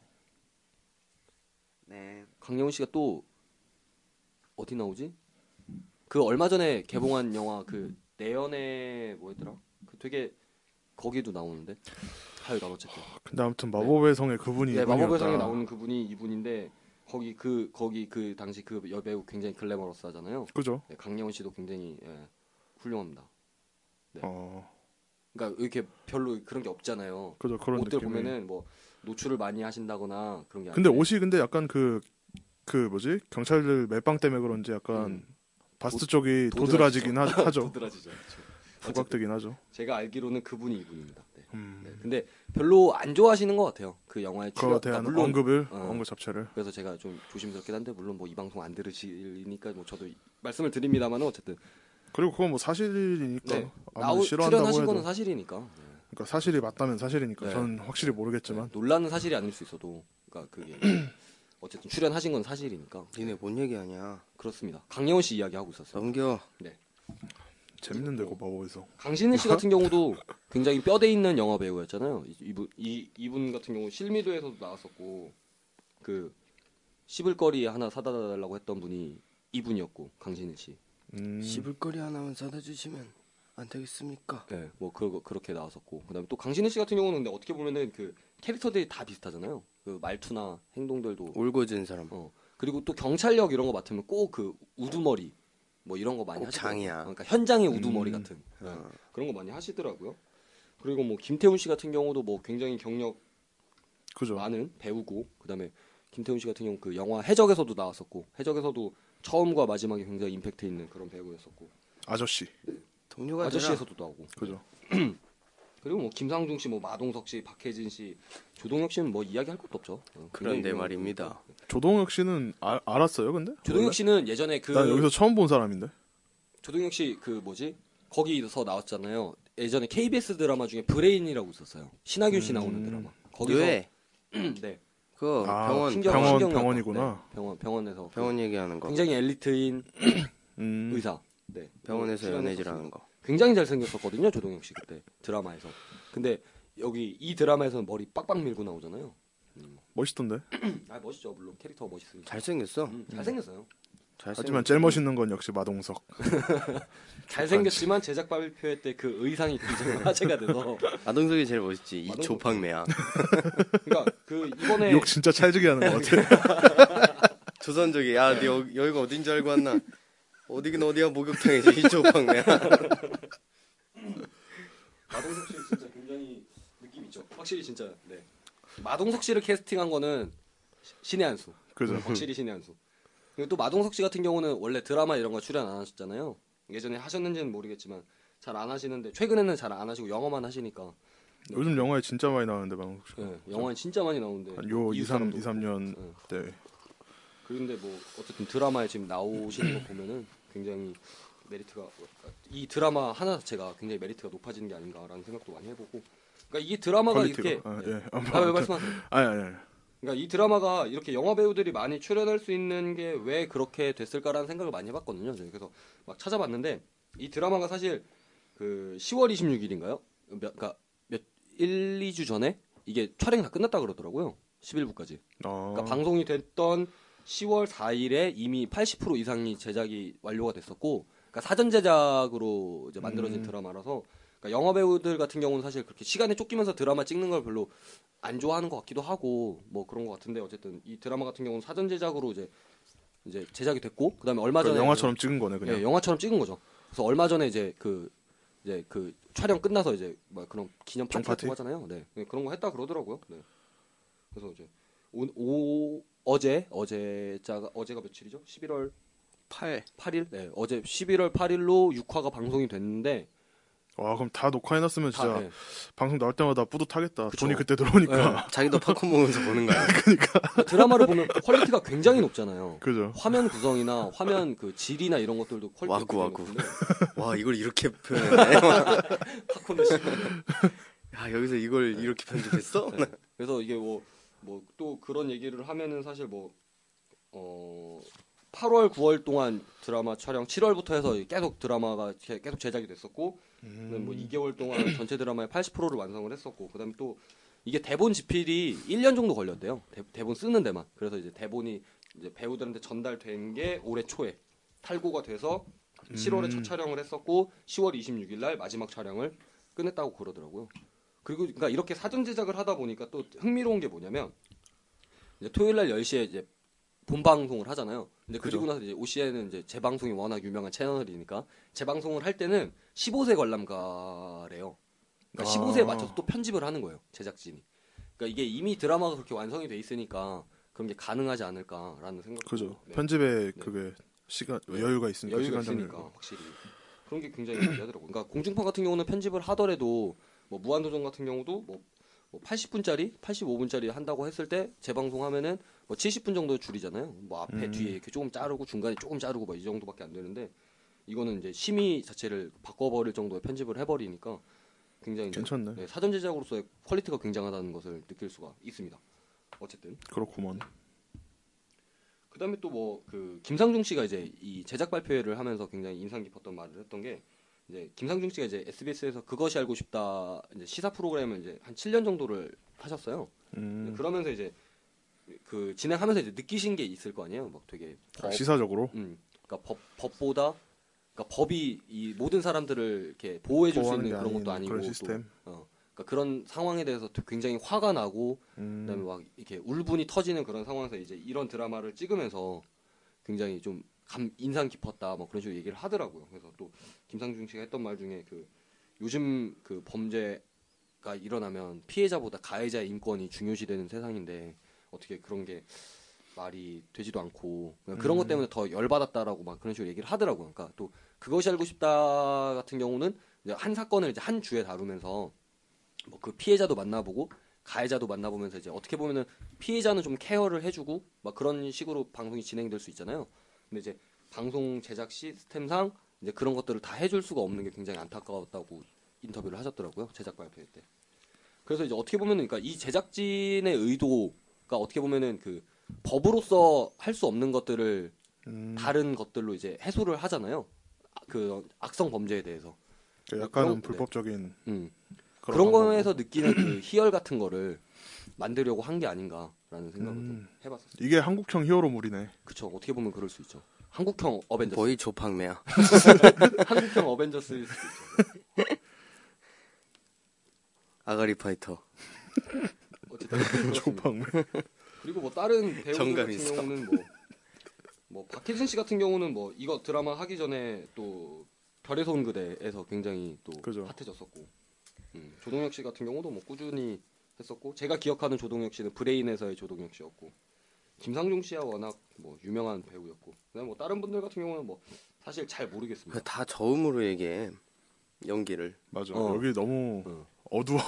[SPEAKER 2] 네.
[SPEAKER 1] 강영호 씨가 또 어디 나오지? 그 얼마 전에
[SPEAKER 3] [LAUGHS]
[SPEAKER 1] 개봉한 영화 그 내연의 뭐였더라? 그 되게 거기도 나오는데 하여간 어쨌든
[SPEAKER 3] 근데 아무튼 마법의 성에 그분이
[SPEAKER 1] 네,
[SPEAKER 3] 이분이었다.
[SPEAKER 1] 마법의 성에 나오는 그분이 이분인데 거기 그 거기 그 당시 그 여배우 굉장히 글래머러스하잖아요.
[SPEAKER 3] 그죠
[SPEAKER 1] 네, 강영훈 씨도 굉장히 예, 훌륭합니다. 네.
[SPEAKER 3] 어
[SPEAKER 1] 그러니까 이렇게 별로 그런 게 없잖아요.
[SPEAKER 3] 그죠 그런
[SPEAKER 1] 옷들
[SPEAKER 3] 느낌
[SPEAKER 1] 보면은 뭐 노출을 많이 하신다거나 그런 게
[SPEAKER 3] 근데
[SPEAKER 1] 아닌데
[SPEAKER 3] 옷이 근데 약간 그 그 뭐지 경찰들 멜빵 때문에 그런지 약간
[SPEAKER 1] 음.
[SPEAKER 3] 바스트
[SPEAKER 1] 도-
[SPEAKER 3] 쪽이
[SPEAKER 1] 도드라지죠.
[SPEAKER 3] 도드라지긴 하,
[SPEAKER 1] [LAUGHS]
[SPEAKER 3] 하죠
[SPEAKER 1] 도드라지죠. 그렇죠. 어쨌든
[SPEAKER 3] 부각되긴 하죠
[SPEAKER 1] 제가 알기로는 그분이 이분입니다. 네.
[SPEAKER 3] 음.
[SPEAKER 1] 네, 근데 별로 안 좋아하시는 것 같아요. 그 영화의 출연.
[SPEAKER 3] 그거에 대한
[SPEAKER 1] 그러니까 물론
[SPEAKER 3] 언급을
[SPEAKER 1] 어.
[SPEAKER 3] 언급 자체를
[SPEAKER 1] 그래서 제가 좀 조심스럽긴 한데 물론 뭐 이 방송 안 들으시니까 뭐 저도 이- 말씀을 드립니다만 어쨌든
[SPEAKER 3] 그리고 그건 뭐 사실이니까
[SPEAKER 1] 네.
[SPEAKER 3] 아무리
[SPEAKER 1] 나오
[SPEAKER 3] 싫어한다고
[SPEAKER 1] 출연하신
[SPEAKER 3] 해도
[SPEAKER 1] 거는 사실이니까 네.
[SPEAKER 3] 그러니까 사실이 맞다면 사실이니까
[SPEAKER 1] 네.
[SPEAKER 3] 저는 확실히 모르겠지만
[SPEAKER 1] 네, 논란은 사실이 아닐 수 있어도 그러니까
[SPEAKER 3] [CLEARS THROAT]
[SPEAKER 1] 그게 어쨌든 출연하신 건 사실이니까
[SPEAKER 2] 니네 뭔 얘기하냐?
[SPEAKER 1] 그렇습니다. 강예원 씨 이야기 하고 있었어요.
[SPEAKER 2] 넘겨.
[SPEAKER 1] 네.
[SPEAKER 3] 재밌는데
[SPEAKER 1] 어.
[SPEAKER 3] 그 마법에서
[SPEAKER 1] 강신일 씨 같은 경우도 굉장히 뼈대 있는 영화 배우였잖아요. 이- 이분 이 이분 같은 경우 실미도에서도 나왔었고 그 씹을 거리 하나 사다 달라고 했던 분이 이분이었고 강신일 씨.
[SPEAKER 3] 음,
[SPEAKER 2] 씹을거리 하나만 사다 주시면 안 되겠습니까?
[SPEAKER 1] 네, 뭐 그러, 그렇게 나왔었고 그다음에 또 강신일 씨 같은 경우는 근데 어떻게 보면은 그 캐릭터들이 다 비슷하잖아요. 그 말투나 행동들도
[SPEAKER 2] 울고 진 사람. 뭐.
[SPEAKER 1] 어 그리고 또 경찰력 이런 거 맡으면 꼭 그 우두머리 뭐 이런 거 많이
[SPEAKER 2] 꼭
[SPEAKER 1] 하시더라고요.
[SPEAKER 2] 장이야.
[SPEAKER 1] 그러니까 현장의 우두머리
[SPEAKER 3] 음.
[SPEAKER 1] 같은 네,
[SPEAKER 2] 어.
[SPEAKER 1] 그런 거 많이 하시더라고요. 그리고 뭐 김태훈 씨 같은 경우도 뭐 굉장히 경력
[SPEAKER 3] 그죠
[SPEAKER 1] 많은 배우고 그다음에 김태훈 씨 같은 경우 그 영화 해적에서도 나왔었고 해적에서도 처음과 마지막에 굉장히 임팩트 있는 그런 배우였었고
[SPEAKER 3] 아저씨
[SPEAKER 2] 동료가 되라.
[SPEAKER 1] 아저씨에서도 나오고
[SPEAKER 3] 그죠
[SPEAKER 1] 그리고 뭐 김상중 씨, 뭐 마동석 씨, 박해진 씨, 조동혁 씨는 뭐 이야기할 것도 없죠. 어,
[SPEAKER 2] 그런데
[SPEAKER 1] 굉장히 유명한
[SPEAKER 2] 말입니다.
[SPEAKER 3] 조동혁 씨는 아- 알았어요 근데
[SPEAKER 1] 조동혁 씨는 예전에 그
[SPEAKER 3] 난 여기서 처음 본 사람인데
[SPEAKER 1] 조동혁 씨 그 뭐지 거기서 나왔잖아요. 예전에 KBS 드라마 중에 브레인이라고 있었어요. 신하균 씨 나오는
[SPEAKER 3] 음.
[SPEAKER 1] 드라마. 거기서
[SPEAKER 2] 뇌.
[SPEAKER 1] 네
[SPEAKER 2] 그
[SPEAKER 3] 아,
[SPEAKER 2] 병원
[SPEAKER 1] 신경-
[SPEAKER 3] 병원,
[SPEAKER 1] 신경외과.
[SPEAKER 3] 병원이구나.
[SPEAKER 1] 네, 병원 병원에서
[SPEAKER 2] 병원 얘기하는 거.
[SPEAKER 1] 굉장히 엘리트인
[SPEAKER 3] 음,
[SPEAKER 1] 의사. 네
[SPEAKER 2] 병원에서
[SPEAKER 1] 출연했었습니다.
[SPEAKER 2] 연애질하는 거.
[SPEAKER 1] 굉장히 잘 생겼었거든요 조동혁 씨 그때 드라마에서. 근데 여기 이 드라마에서는 머리 빡빡 밀고 나오잖아요.
[SPEAKER 3] 멋있던데
[SPEAKER 1] 아 멋있죠 물론 캐릭터가 멋있으니까.
[SPEAKER 2] 잘생겼어.
[SPEAKER 1] 음, 잘생겼어요.
[SPEAKER 2] 잘생겼어.
[SPEAKER 3] 하지만 제일 멋있는 건 역시 마동석
[SPEAKER 1] 잘생겼지만 제작 발표회 때 그 의상이 굉장히 화제가 돼서
[SPEAKER 2] 아동석이 제일 멋있지. 이
[SPEAKER 1] 마동석.
[SPEAKER 2] 조팡매야.
[SPEAKER 1] 그러니까 그 이번에
[SPEAKER 3] [LAUGHS] 욕 진짜
[SPEAKER 1] [LAUGHS]
[SPEAKER 3] 찰지게 하는 것 같아
[SPEAKER 2] [LAUGHS] 조선족이 야, 네 여, 여기가 어딘 줄 알고 왔나? 어디긴 어디야 목욕탕이지. 이 조팡매야. [LAUGHS]
[SPEAKER 1] 마동석 씨 진짜 굉장히 느낌 있죠. 확실히 진짜 네. 마동석 씨를 캐스팅한 거는 시- 신의 한 수.
[SPEAKER 3] 그죠
[SPEAKER 1] 확실히 신의 한 수. 그리고 또 마동석 씨 같은 경우는 원래 드라마 이런 거 출연 안 하셨잖아요. 예전에 하셨는지는 모르겠지만 잘 안 하시는데 최근에는 잘 안 하시고 영어만 하시니까
[SPEAKER 3] 요즘 영화에 진짜 많이 나오는데 마동석 씨가
[SPEAKER 1] 예, 영화는 진짜 많이 나오는데
[SPEAKER 3] 요
[SPEAKER 1] 이웃
[SPEAKER 3] 2, 3,
[SPEAKER 1] 사람도 네.
[SPEAKER 3] 2, 3년
[SPEAKER 1] 응.
[SPEAKER 3] 때
[SPEAKER 1] 그런데 뭐 어쨌든 드라마에 지금 나오시는 거 보면은 굉장히 메리트가 이 드라마 하나 자체가 굉장히 메리트가 높아지는 게 아닌가라는 생각도 많이 해보고 그러니까 이 드라마가
[SPEAKER 3] 퀄리티가
[SPEAKER 1] 이렇게
[SPEAKER 3] 아, 예.
[SPEAKER 1] 아왜 말씀하세요?
[SPEAKER 3] 아니 아니 아니
[SPEAKER 1] 그러니까 이 드라마가 이렇게 영화 배우들이 많이 출연할 수 있는 게 왜 그렇게 됐을까라는 생각을 많이 해봤거든요. 저는 그래서 막 찾아봤는데 이 드라마가 사실 그 10월 26일인가요? 몇, 그러니까 몇 1, 2주 전에 이게 촬영이 다 끝났다 그러더라고요. 11부까지.
[SPEAKER 3] 아,
[SPEAKER 1] 그러니까 방송이 됐던 10월 4일에 이미 80% 이상이 제작이 완료가 됐었고, 그러니까 사전 제작으로 이제 만들어진
[SPEAKER 3] 음.
[SPEAKER 1] 드라마라서, 그러니까 영화 배우들 같은 경우는 사실 그렇게 시간에 쫓기면서 드라마 찍는 걸 별로 안 좋아하는 것 같기도 하고, 뭐 그런 것 같은데 어쨌든 이 드라마 같은 경우는 사전 제작으로 이제 이제 제작이 됐고, 그다음에 얼마
[SPEAKER 3] 그러니까
[SPEAKER 1] 전에
[SPEAKER 3] 영화처럼 찍은 거네 그냥.
[SPEAKER 1] 예, 영화처럼 찍은 거죠. 그래서 얼마 전에 이제 그 이제 그 촬영 끝나서 이제 막 그런 기념 파티
[SPEAKER 3] 종파티?
[SPEAKER 1] 같은 거 하잖아요. 네. 네, 그런 거 했다 그러더라고요. 네. 그래서 이제 오, 오 어제 어제자가 어제가 며칠이죠? 11월
[SPEAKER 2] 8.
[SPEAKER 1] 8일? 네. 어제 11월 8일로 6화가 방송이 됐는데
[SPEAKER 3] 와 그럼 다 녹화해놨으면
[SPEAKER 1] 다,
[SPEAKER 3] 진짜
[SPEAKER 1] 네.
[SPEAKER 3] 방송 나올 때마다 뿌듯하겠다.
[SPEAKER 1] 그쵸. 예.
[SPEAKER 3] 돈이 그때 들어오니까.
[SPEAKER 2] 그러니까 자기도 팝콘 먹으면서
[SPEAKER 1] [LAUGHS]
[SPEAKER 2] 보는 거야.
[SPEAKER 1] 그러니까 드라마를 보면 퀄리티가 굉장히 높잖아요.
[SPEAKER 3] [LAUGHS] 그죠.
[SPEAKER 1] 화면 구성이나 화면 그 질이나 이런 것들도 퀄리티가
[SPEAKER 2] 와구, 와구.
[SPEAKER 1] 높은데
[SPEAKER 2] 와, 이걸 이렇게 표현했네.
[SPEAKER 1] 팝콘도 씹고
[SPEAKER 2] 야, 여기서 이걸 이렇게 편집했어?
[SPEAKER 1] 네. 그래서 이게 뭐 뭐 또 그런 얘기를 하면은 사실 뭐 어 8월 9월 동안 드라마 촬영 7월부터 해서 계속 드라마가 제- 계속 제작이 됐었고 그다음에 뭐 2개월 동안 [CLEARS THROAT] 전체 드라마의 80%를 완성을 했었고 그다음에 또 이게 대본 집필이 1년 정도 걸렸대요. 대, 본 쓰는 데만. 그래서 이제 대본이 이제 배우들한테 전달된 게 올해 초에 탈고가 돼서 7월에 첫 촬영을 했었고 10월 26일 날 마지막 촬영을 끝냈다고 그러더라고요. 그리고 그러니까 이렇게 사전 제작을 하다 보니까 또 흥미로운 게 뭐냐면 이제 토요일 날 10시에 이제 본방송을 하잖아요. 근데 그리고 나서 이제 OCN은 이제 재방송이 워낙 유명한 채널이니까 재방송을 할 때는 15세 관람가래요. 그러니까
[SPEAKER 3] 아.
[SPEAKER 1] 15세에 맞춰서 또 편집을 하는 거예요. 제작진이. 그러니까 이게 이미 드라마가 그렇게 완성이 돼 있으니까 그런 게 가능하지 않을까라는 생각도
[SPEAKER 3] 그죠.
[SPEAKER 1] 네.
[SPEAKER 3] 편집에 그게 시간 여유가 있으니까
[SPEAKER 1] 여유가
[SPEAKER 3] 시간
[SPEAKER 1] 있으니까
[SPEAKER 3] 장면.
[SPEAKER 1] 확실히 그런 게 굉장히 중요하더라고. 그러니까 공중파 같은 경우는 편집을 하더라도 뭐 무한도전 같은 경우도 뭐, 뭐 80분짜리, 85분짜리 한다고 했을 때 재방송하면은 뭐 70분 정도 줄이잖아요. 뭐 앞에
[SPEAKER 3] 음.
[SPEAKER 1] 뒤에 이렇게 조금 자르고 중간에 조금 자르고 막 이 정도밖에 안 되는데 이거는 이제 심의 자체를 바꿔버릴 정도의 편집을 해버리니까 굉장히 이제
[SPEAKER 3] 괜찮네.
[SPEAKER 1] 네, 사전 제작으로서의 퀄리티가 굉장하다는 것을 느낄 수가 있습니다. 어쨌든.
[SPEAKER 3] 그렇구먼.
[SPEAKER 1] 그다음에 또 뭐 그 김상중 씨가 이제 이 제작 발표회를 하면서 굉장히 인상 깊었던 말을 했던 게 이제 김상중 씨가 이제 SBS에서 그것이 알고 싶다 이제 시사 프로그램을 이제 한 7년 정도를 하셨어요.
[SPEAKER 3] 음,
[SPEAKER 1] 네, 그러면서 이제 그 진행하면서 이제 느끼신 게 있을 거 아니에요. 막 되게 법,
[SPEAKER 3] 시사적으로.
[SPEAKER 1] 음, 그러니까 법 법보다 그러니까 법이 이 모든 사람들을 이렇게 보호해 줄 수
[SPEAKER 3] 보호하는
[SPEAKER 1] 있는
[SPEAKER 3] 게
[SPEAKER 1] 그런 것도
[SPEAKER 3] 아닌
[SPEAKER 1] 아니고
[SPEAKER 3] 그런
[SPEAKER 1] 또,
[SPEAKER 3] 시스템.
[SPEAKER 1] 어, 그러니까 그런 상황에 대해서 굉장히 화가 나고
[SPEAKER 3] 음,
[SPEAKER 1] 그다음에 막 이렇게 울분이 터지는 그런 상황에서 이제 이런 드라마를 찍으면서 굉장히 좀 감, 인상 깊었다 뭐 그런 식으로 얘기를 하더라고요. 그래서 또 김상중 씨가 했던 말 중에 그 요즘 그 범죄가 일어나면 피해자보다 가해자의 인권이 중요시되는 세상인데 어떻게 그런 게 말이 되지도 않고 그러니까 그냥 그런 것 때문에 더 열받았다라고 막 그런 식으로 얘기를 하더라고요. 그러니까 또 그것이 알고 싶다 같은 경우는 이제 한 사건을 이제 한 주에 다루면서 뭐 그 피해자도 만나보고 가해자도 만나보면서 이제 어떻게 보면은 피해자는 좀 케어를 해주고 막 그런 식으로 방송이 진행될 수 있잖아요. 근데 이제 방송 제작 시스템상 이제 그런 것들을 다 해줄 수가 없는 게 굉장히 안타까웠다고 인터뷰를 하셨더라고요 제작 발표 때. 그래서 이제 어떻게 보면은 그러니까 이 제작진의 의도가 어떻게 보면은 그 법으로서 할 수 없는 것들을
[SPEAKER 3] 음,
[SPEAKER 1] 다른 것들로 이제 해소를 하잖아요. 아, 그 악성 범죄에 대해서.
[SPEAKER 3] 그러니까
[SPEAKER 1] 그런-
[SPEAKER 3] 약간은 불법적인
[SPEAKER 1] 음.
[SPEAKER 3] 그런,
[SPEAKER 1] 그런
[SPEAKER 3] 방법.
[SPEAKER 1] 거에서 느끼는 그 [CLEARS THROAT] 희열 같은 거를 만들려고 한 게 아닌가라는 생각을
[SPEAKER 3] 음.
[SPEAKER 1] 좀 해봤어요.
[SPEAKER 3] 이게 한국형 히어로물이네.
[SPEAKER 1] 그쵸 어떻게 보면 그럴 수 있죠. 한국형
[SPEAKER 2] [LAUGHS]
[SPEAKER 1] 어벤져스.
[SPEAKER 2] 뭐 거의 조팡매야.
[SPEAKER 1] [LAUGHS] 한국형 어벤져스일 수도 있죠.
[SPEAKER 2] 아가리 파이터.
[SPEAKER 1] 어쨌든 그렇습니다.
[SPEAKER 3] 조팡매.
[SPEAKER 1] 그리고 뭐 다른 배우들
[SPEAKER 2] 정감
[SPEAKER 1] 같은
[SPEAKER 2] 있어.
[SPEAKER 1] 경우는 뭐, 뭐 박혜진 씨 같은 경우는 뭐 이거 드라마 하기 전에 또 별에서 온 그대에서 굉장히 또
[SPEAKER 3] 그죠.
[SPEAKER 1] 핫해졌었고 음, 조동혁 씨 같은 경우도 뭐 꾸준히 했었고 제가 기억하는 조동혁 씨는 브레인에서의 조동혁 씨였고 김상중 씨야 워낙 뭐 유명한 배우였고 그다음 뭐 다른 분들 같은 경우는 뭐 사실 잘
[SPEAKER 2] [LAUGHS]
[SPEAKER 1] 모르겠습니다.
[SPEAKER 2] 다 저음으로 얘기해. 연기를.
[SPEAKER 3] [LAUGHS] 맞아.
[SPEAKER 1] 어.
[SPEAKER 3] 여기 너무
[SPEAKER 1] 어.
[SPEAKER 3] 어두워.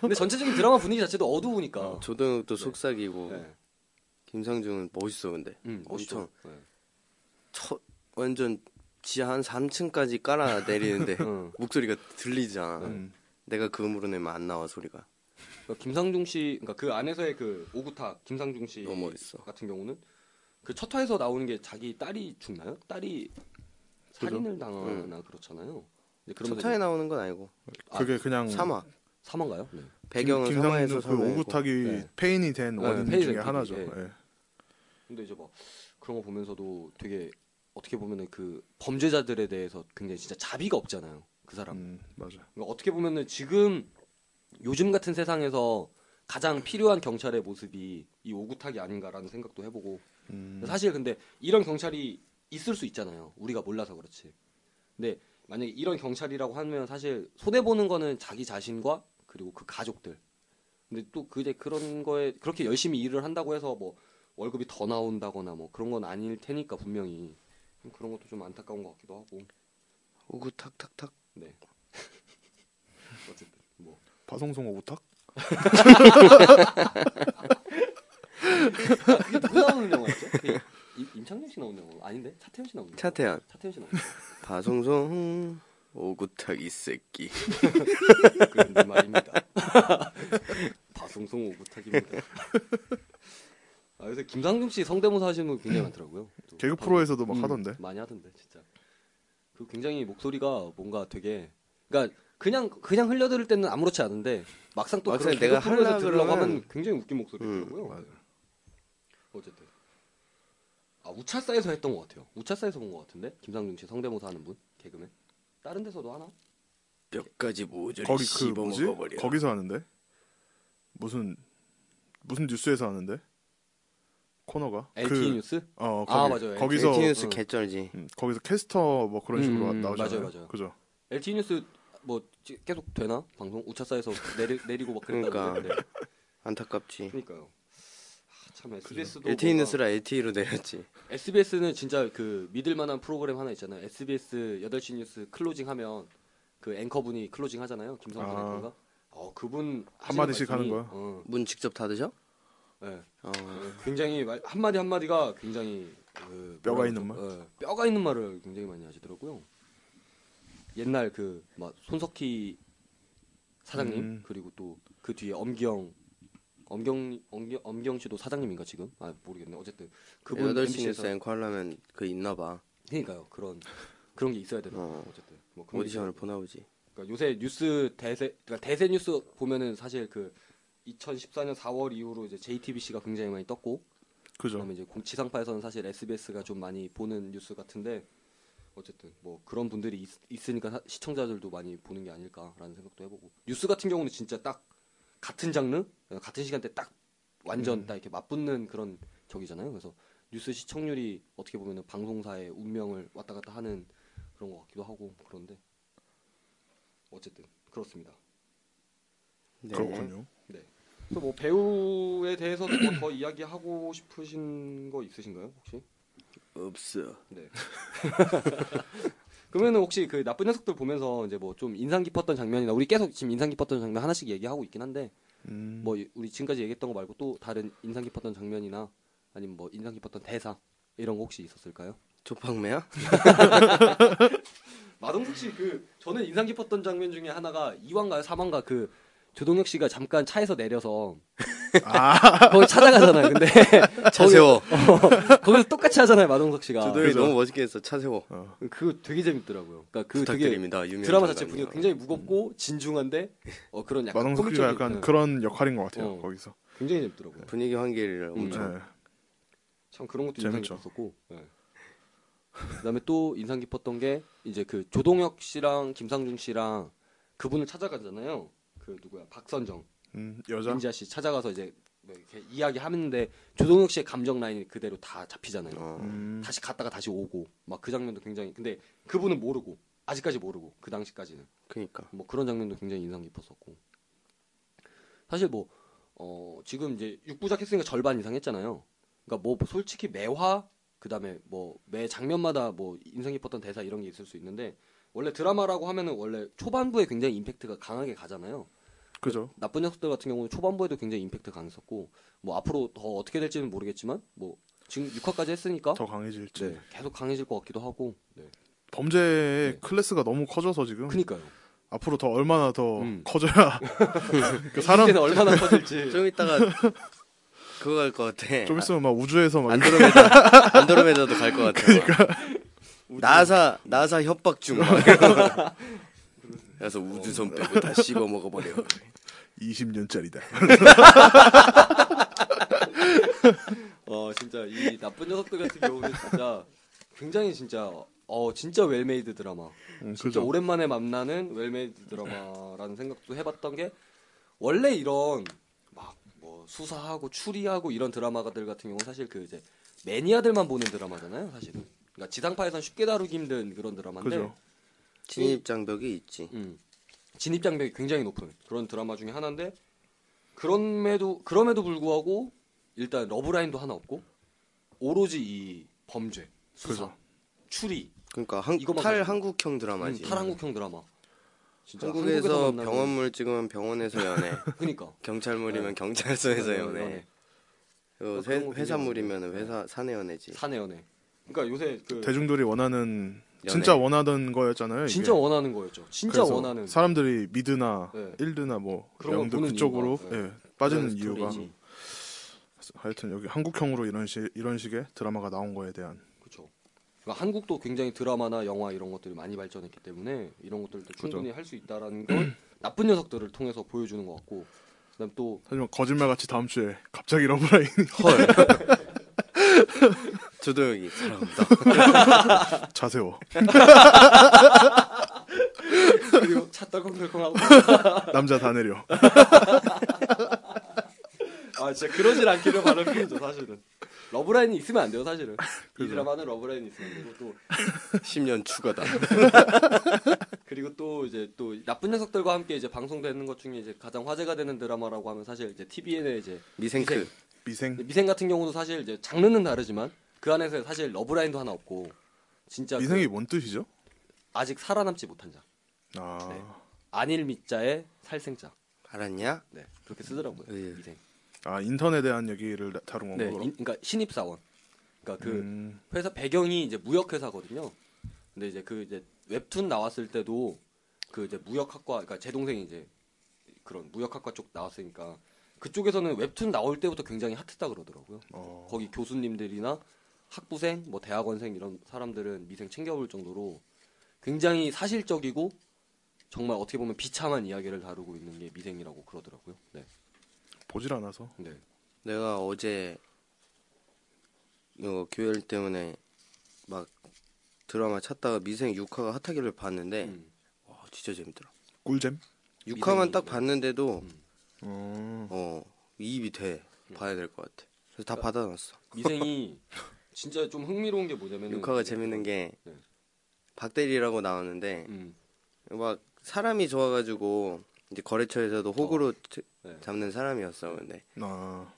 [SPEAKER 1] 근데 전체적인 드라마 분위기 자체도 어두우니까
[SPEAKER 2] 조동욱도 속삭이고
[SPEAKER 1] 네.
[SPEAKER 2] 김상중은 멋있어 근데.
[SPEAKER 1] 음, 멋있죠.
[SPEAKER 2] 엄청
[SPEAKER 1] 네.
[SPEAKER 2] 처, 완전 지하 한 3층까지
[SPEAKER 3] [LAUGHS]
[SPEAKER 2] 깔아 내리는데 [LAUGHS]
[SPEAKER 3] 어.
[SPEAKER 1] 응.
[SPEAKER 2] 목소리가 들리잖아.
[SPEAKER 3] 음.
[SPEAKER 2] 내가 그 음으로 내면 안 나와 소리가.
[SPEAKER 1] 그러니까 김상중 씨, 그러니까 그 안에서의 그 오구탁 김상중
[SPEAKER 3] 예.
[SPEAKER 1] 씨
[SPEAKER 2] 너무 멋있어.
[SPEAKER 1] 같은 경우는 그 첫 화에서 나오는 게 자기 딸이 죽나요? 딸이 살인을 당하거나 그렇잖아요. 이제 그러면서
[SPEAKER 2] 첫차에 나오는 건 아니고
[SPEAKER 3] 그게 그냥
[SPEAKER 2] 삼 3화
[SPEAKER 1] 사망가요? 네.
[SPEAKER 2] 배경은
[SPEAKER 3] 음. 김-
[SPEAKER 2] 삼화에서
[SPEAKER 3] 김상중 그
[SPEAKER 2] 삼화이고
[SPEAKER 3] 오구탁이
[SPEAKER 1] 네.
[SPEAKER 3] 페인이 된
[SPEAKER 1] 네,
[SPEAKER 3] 원인
[SPEAKER 1] 페인이
[SPEAKER 3] 중에
[SPEAKER 1] 된
[SPEAKER 3] 하나죠.
[SPEAKER 1] 예.
[SPEAKER 3] 예.
[SPEAKER 1] 근데 이제 막 그런 거 보면서도 되게 어떻게 보면은 그 범죄자들에 대해서 굉장히 진짜 자비가 없잖아요. 그 사람.
[SPEAKER 3] 음, 맞아.
[SPEAKER 1] 그러니까 어떻게 보면은 지금 요즘 같은 세상에서 가장 필요한 경찰의 모습이 이 오구탁이 아닌가라는 생각도 해보고
[SPEAKER 3] 음,
[SPEAKER 1] 사실 근데 이런 경찰이 있을 수 있잖아요 우리가 몰라서 그렇지 근데 만약에 이런 경찰이라고 하면 사실 손해 보는 거는 자기 자신과 그리고 그 가족들 근데 또 그제 그런 거에 그렇게 열심히 일을 한다고 해서 뭐 월급이 더 나온다거나 뭐 그런 건 아닐 테니까 분명히 그런 것도 좀 안타까운 것 같기도 하고
[SPEAKER 2] 오구탁탁탁
[SPEAKER 1] 네 어쨌든 뭐
[SPEAKER 3] 파송송 오구탁?
[SPEAKER 1] 아, 그게 누구 나오는 영화였죠? 그 임- 임창정 씨 나오는 영화 아닌데 차태현 씨 나오는 영화.
[SPEAKER 2] 차태현
[SPEAKER 1] 차태현 씨 나오는
[SPEAKER 2] 바송송 [LAUGHS] 오구탁 이 새끼
[SPEAKER 1] 그내
[SPEAKER 3] [LAUGHS]
[SPEAKER 1] 말입니다. 바송송 오구탁입니다. 아, 요새 김상중 씨 성대모사 하시는 분 굉장히 많더라고요. 또
[SPEAKER 3] 개그
[SPEAKER 1] 방금
[SPEAKER 3] 프로에서도 막 하던데.
[SPEAKER 1] 많이 하던데 진짜. 그 굉장히 목소리가 뭔가 되게 그러니까 그냥 그냥 흘려 들을 때는 아무렇지 않은데 막상 또
[SPEAKER 2] 막상
[SPEAKER 1] 그런 개그
[SPEAKER 2] 내가
[SPEAKER 1] 프로에서
[SPEAKER 2] 하려고
[SPEAKER 1] 들으려고
[SPEAKER 2] 그러면-
[SPEAKER 1] 하면 굉장히 웃긴 목소리더라고요.
[SPEAKER 3] 음,
[SPEAKER 1] 네.
[SPEAKER 3] 맞아.
[SPEAKER 1] 어쨌든 아 우차사에서 했던 것 같아요. 우차사에서 본 것 같은데 김상중 씨 성대모사 하는 분 개그맨 다른 데서도 하나?
[SPEAKER 2] 뼈까지 모조리
[SPEAKER 3] 거기 그
[SPEAKER 2] 씹어
[SPEAKER 3] 뭐지?
[SPEAKER 2] 먹어버려
[SPEAKER 3] 거기서 하는데 무슨 무슨 뉴스에서 하는데 코너가
[SPEAKER 1] LTE 뉴스?
[SPEAKER 3] 어,
[SPEAKER 1] 아,
[SPEAKER 3] 거기,
[SPEAKER 1] 맞아요.
[SPEAKER 3] 거기서
[SPEAKER 2] LTE 뉴스
[SPEAKER 1] 응.
[SPEAKER 2] 개쩔지
[SPEAKER 3] 음, 거기서 캐스터 뭐 그런 식으로
[SPEAKER 1] 음,
[SPEAKER 3] 나오잖아요.
[SPEAKER 1] 맞아요, 맞아요.
[SPEAKER 3] 그죠?
[SPEAKER 1] LTE 뉴스 뭐 지- 계속 되나 방송 우차사에서 내리, 내리고 막 그랬다고
[SPEAKER 2] 그러니까.
[SPEAKER 1] 그러는데.
[SPEAKER 2] 안타깝지
[SPEAKER 1] 그러니까요. 아, 참 SBS도
[SPEAKER 2] LTE 뉴스라 LTE로 내렸지
[SPEAKER 1] SBS는 진짜 그 믿을 만한 프로그램 하나 있잖아요. SBS 8시 뉴스 클로징 하면 그 앵커분이 클로징 하잖아요. 김성준
[SPEAKER 3] 아.
[SPEAKER 1] 앵커가. 어, 그분
[SPEAKER 3] 한마디씩
[SPEAKER 1] 하시는
[SPEAKER 3] 하는
[SPEAKER 1] 말씀이, 어,
[SPEAKER 2] 문 직접 닫으셔?
[SPEAKER 1] 예.
[SPEAKER 2] 어.
[SPEAKER 1] 굉장히 말- 한마디 한마디가 굉장히 그
[SPEAKER 3] 뼈가
[SPEAKER 1] 뭐라고
[SPEAKER 3] 있는
[SPEAKER 1] 좀- 예, 뼈가 있는 말을 굉장히 많이 하시더라고요. 옛날 그 막 손석희 사장님
[SPEAKER 3] 음.
[SPEAKER 1] 그리고 또 그 뒤에 엄경 엄경 엄경 엄경 씨도 사장님인가 지금? 아 모르겠네. 어쨌든 그분
[SPEAKER 2] 8시
[SPEAKER 1] MBC 에서
[SPEAKER 2] 뉴스 앵커 하려면 그 있나봐
[SPEAKER 1] 그러니까요 그런 그런 게 있어야 되나
[SPEAKER 2] 어.
[SPEAKER 1] 어. 쨌든뭐 그런 게
[SPEAKER 2] 오디션을
[SPEAKER 1] 있어야
[SPEAKER 2] 보나 보지
[SPEAKER 1] 돼. 그러니까 요새 뉴스 대세 그러니까 대세 뉴스 보면은 사실 그 2014년 4월 이후로 이제 JTBC가 굉장히 많이 떴고
[SPEAKER 3] 그죠.
[SPEAKER 1] 그다음에 이제 공- 지상파에서는 사실 SBS가 좀 많이 보는 뉴스 같은데 어쨌든 뭐 그런 분들이 있, 으니까 시청자들도 많이 보는 게 아닐까라는 생각도 해보고 뉴스 같은 경우는 진짜 딱 같은 장르 어, 같은 시간대 딱 완전 딱 이렇게 맞붙는 그런 적이잖아요. 그래서 뉴스 시청률이 어떻게 보면은 방송사의 운명을 왔다 갔다 하는 그런 것 같기도 하고 그런데 어쨌든 그렇습니다.
[SPEAKER 2] 네.
[SPEAKER 3] 그렇군요.
[SPEAKER 1] 네. 그래서 뭐 배우에 대해서도 뭐더 이야기하고 싶으신 거 있으신가요 혹시?
[SPEAKER 2] 없어
[SPEAKER 1] 네. 그러면은 혹시 그 나쁜 녀석들 보면서 이제 뭐 좀 인상 깊었던 장면이나 우리 계속 지금 인상 깊었던 장면 하나씩 얘기하고 있긴 한데
[SPEAKER 3] 음,
[SPEAKER 1] 뭐 이- 우리 지금까지 얘기했던 거 말고 또 다른 인상 깊었던 장면이나 아니면 뭐 인상 깊었던 대사 이런 거 혹시 있었을까요? [LAUGHS]
[SPEAKER 2] 조팡매야?
[SPEAKER 1] 마동석 씨 그 저는 인상 깊었던 장면 중에 하나가 이왕가요삼왕가그 조동혁 씨가 잠깐 차에서 내려서 [LAUGHS]
[SPEAKER 2] 아.
[SPEAKER 1] 거기 찾아가잖아요.
[SPEAKER 2] [LAUGHS]
[SPEAKER 1] 근데 어,
[SPEAKER 2] 차 세워
[SPEAKER 1] 거기서 똑같이 하잖아요, 마동석 씨가.
[SPEAKER 2] 그게 너무 멋있게 했어 차 세워
[SPEAKER 1] 그거 되게 재밌더라고요. 그러니까 그 되게
[SPEAKER 2] 부탁드립니다 유명
[SPEAKER 1] 드라마 자체 분위기가 굉장히 무겁고 진중한데 어 그런 약간
[SPEAKER 3] 마동석이가
[SPEAKER 1] 코믹적인,
[SPEAKER 3] 약간
[SPEAKER 1] 예,
[SPEAKER 3] 그런 역할인 것 같아요.
[SPEAKER 1] 어.
[SPEAKER 3] 거기서.
[SPEAKER 1] 굉장히 재밌더라고요.
[SPEAKER 2] 분위기 환기를
[SPEAKER 1] 음.
[SPEAKER 2] 엄청
[SPEAKER 3] 예.
[SPEAKER 1] 참 그런 것도 인상
[SPEAKER 3] 재밌죠.
[SPEAKER 1] 깊었었고. 예. 그다음에 또 인상 깊었던 게 이제 그 조동혁 씨랑 김상중 씨랑 그분을 찾아가잖아요. 그 누구야 박선정
[SPEAKER 3] 음, 여자.
[SPEAKER 1] 민지아 씨 찾아가서 이제 뭐 이렇게 이야기하는데 조동혁 씨의 감정 라인이 그대로 다 잡히잖아요.
[SPEAKER 2] 어.
[SPEAKER 3] 음,
[SPEAKER 1] 다시 갔다가 다시 오고 막 그 장면도 굉장히 근데 그분은 모르고 아직까지 모르고 그 당시까지는.
[SPEAKER 2] 그니까
[SPEAKER 1] 뭐 그런 장면도 굉장히 인상 깊었었고 사실 뭐 어, 지금 이제 6부작 했으니까 절반 이상 했잖아요. 그러니까 뭐 솔직히 매화 그다음에 뭐 매 장면마다 뭐 인상 깊었던 대사 이런 게 있을 수 있는데 원래 드라마라고 하면은 원래 초반부에 굉장히 임팩트가 강하게 가잖아요.
[SPEAKER 3] 그죠.
[SPEAKER 1] 나쁜 녀석들 같은 경우는 초반부에도 굉장히 임팩트 강했었고 뭐 앞으로 더 어떻게 될지는 모르겠지만 뭐 지금 6화까지 했으니까
[SPEAKER 3] 더 강해질지.
[SPEAKER 1] 네, 계속 강해질 것 같기도 하고. 네.
[SPEAKER 3] 범죄의
[SPEAKER 1] 네.
[SPEAKER 3] 클래스가 너무 커져서 지금
[SPEAKER 1] 그니까요.
[SPEAKER 3] 앞으로 더 얼마나 더
[SPEAKER 1] 음. [LAUGHS]
[SPEAKER 3] 커져야 그 사람
[SPEAKER 1] 사람은 얼마나 [LAUGHS] 커질지.
[SPEAKER 2] 좀 이따가 그거 갈 것 같아.
[SPEAKER 3] 좀 있으면 막 우주에서 막
[SPEAKER 2] 안드로메다 안드로메다도 갈 것 같아.
[SPEAKER 1] 그러니까.
[SPEAKER 2] 나사 나사 협박 중. 막. 그래서 우주선 빼고 다
[SPEAKER 1] [LAUGHS]
[SPEAKER 2] 씹어 먹어버려.
[SPEAKER 3] 20년짜리다.
[SPEAKER 1] 어 진짜 이 나쁜 녀석들 같은 경우는 진짜 굉장히 진짜 어 진짜 웰메이드 드라마. 진짜
[SPEAKER 3] 그죠.
[SPEAKER 1] 오랜만에 만나는 웰메이드 드라마라는 생각도 해봤던 게 원래 이런 막 뭐 수사하고 추리하고 이런 드라마들 같은 경우는 사실 그 이제 매니아들만 보는 드라마잖아요, 사실은. 그러니까 지상파에선 쉽게 다루기 힘든 그런 드라마인데
[SPEAKER 3] 그죠.
[SPEAKER 2] 진입 장벽이 있지.
[SPEAKER 1] 음, 진입 장벽이 굉장히 높은 그런 드라마 중에 하나인데 그럼에도 그럼에도 불구하고 일단 러브라인도 하나 없고 오로지 이 범죄 수사
[SPEAKER 3] 그죠.
[SPEAKER 1] 추리
[SPEAKER 2] 그러니까 한,
[SPEAKER 1] 이거만
[SPEAKER 2] 탈
[SPEAKER 1] 가지고.
[SPEAKER 2] 한국형
[SPEAKER 1] 음,
[SPEAKER 2] 드라마지.
[SPEAKER 1] 탈한국형 드라마 진짜 한국에서
[SPEAKER 2] 한국에서
[SPEAKER 1] 만나는-
[SPEAKER 2] 병원물 찍으면
[SPEAKER 1] [LAUGHS]
[SPEAKER 2] 병원에서 연애,
[SPEAKER 1] 그니까 네.
[SPEAKER 2] 경찰물이면 경찰서에서 연애, 그
[SPEAKER 1] 어, 그런 거
[SPEAKER 2] 회사물이면 회사 사내 연애지.
[SPEAKER 1] 사내 연애 그러니까 요새 그
[SPEAKER 3] 대중들이 원하는
[SPEAKER 2] 연애.
[SPEAKER 3] 진짜 원하던 거였잖아요. 이게.
[SPEAKER 1] 진짜 원하는 거였죠 진짜
[SPEAKER 3] 그래서
[SPEAKER 1] 원하는
[SPEAKER 3] 사람들이 미드나
[SPEAKER 1] 네.
[SPEAKER 3] 일드나 뭐
[SPEAKER 1] 그런 걸
[SPEAKER 3] 영드
[SPEAKER 1] 보는
[SPEAKER 3] 그쪽으로
[SPEAKER 1] 이유가, 네.
[SPEAKER 3] 예, 빠지는
[SPEAKER 1] 그런
[SPEAKER 3] 이유가
[SPEAKER 1] 스토리지.
[SPEAKER 3] 하여튼 여기 한국형으로 이런 시, 이런 식의 드라마가 나온 거에 대한
[SPEAKER 1] 그렇죠. 그러니까 한국도 굉장히 드라마나 영화 이런 것들이 많이 발전했기 때문에 이런 것들도 충분히 할 수 있다라는 [CLEARS THROAT] 걸 나쁜 녀석들을 통해서 보여주는 것 같고 그다음 또
[SPEAKER 3] 하지만 거짓말 같이 다음 주에 갑자기 러브라인 [LAUGHS]
[SPEAKER 2] 헐. [LAUGHS] 조도영이 사랑합니다.
[SPEAKER 3] 자세워
[SPEAKER 1] [LAUGHS] [LAUGHS] 그리고 차 떨컹떨컹하고
[SPEAKER 3] 남자 다 내려
[SPEAKER 1] 아 진짜 그러질 않기를 바랄 뿐이죠 사실은 러브라인이 있으면 안 돼요 [LAUGHS] 사실은 이 드라마는 러브라인이 있으면 되고 또
[SPEAKER 2] 10년 추가다.
[SPEAKER 1] 그리고 또 이제 또 나쁜 녀석들과 함께 이제 방송되는 것 중에 이제 가장 화제가 되는 드라마라고 하면 사실 이제 TVN의 이제
[SPEAKER 2] 미생크.
[SPEAKER 3] 미생
[SPEAKER 1] 미생 같은 경우도 사실 이제 장르는 다르지만 그 안에서 사실 러브라인도 하나 없고 진짜 그
[SPEAKER 3] 미생이 뭔 뜻이죠?
[SPEAKER 1] 아직 살아남지 못한 자
[SPEAKER 3] 아
[SPEAKER 1] 네. 안일 밑자의 살생자
[SPEAKER 2] 알았냐?
[SPEAKER 1] 네 그렇게 쓰더라고요
[SPEAKER 2] 예.
[SPEAKER 1] 미생
[SPEAKER 3] 아 인턴에 대한 얘기를 나- 다룬
[SPEAKER 1] 네
[SPEAKER 3] 건가요?
[SPEAKER 1] 인- 그러니까 신입 사원 그러니까 그
[SPEAKER 3] 음,
[SPEAKER 1] 회사 배경이 이제 무역 회사거든요 근데 이제 그 이제 웹툰 나왔을 때도 그 이제 무역학과 그러니까 제 동생이 이제 그런 무역학과 쪽 나왔으니까 그쪽에서는 웹툰 나올 때부터 굉장히 핫했다 그러더라고요
[SPEAKER 3] 어,
[SPEAKER 1] 거기 교수님들이나 학부생, 뭐 대학원생 이런 사람들은 미생 챙겨볼 정도로 굉장히 사실적이고 정말 어떻게 보면 비참한 이야기를 다루고 있는 게 미생이라고 그러더라고요. 네.
[SPEAKER 3] 보질 않아서
[SPEAKER 1] 네.
[SPEAKER 2] 내가 어제 이거 교열 때문에 막 드라마 찾다가 미생 6화가 핫하길래 봤는데
[SPEAKER 1] 음.
[SPEAKER 2] 와 진짜 재밌더라.
[SPEAKER 3] 꿀잼?
[SPEAKER 2] 6화만
[SPEAKER 1] 미생이구나.
[SPEAKER 2] 딱
[SPEAKER 1] 음.
[SPEAKER 2] 봤는데도
[SPEAKER 3] 어,
[SPEAKER 2] 어 이입이 돼 봐야 될 것 같아. 그래서 다 받아놨어.
[SPEAKER 1] 미생이 진짜 좀 흥미로운 게 뭐냐면
[SPEAKER 2] 6화가 재밌는 게
[SPEAKER 1] 음. 네.
[SPEAKER 2] 박대리라고 나오는데
[SPEAKER 1] 음.
[SPEAKER 2] 막 사람이 좋아가지고 이제 거래처에서도 호구로 치-
[SPEAKER 1] 어. 네.
[SPEAKER 2] 잡는 사람이었어 근데
[SPEAKER 3] 아,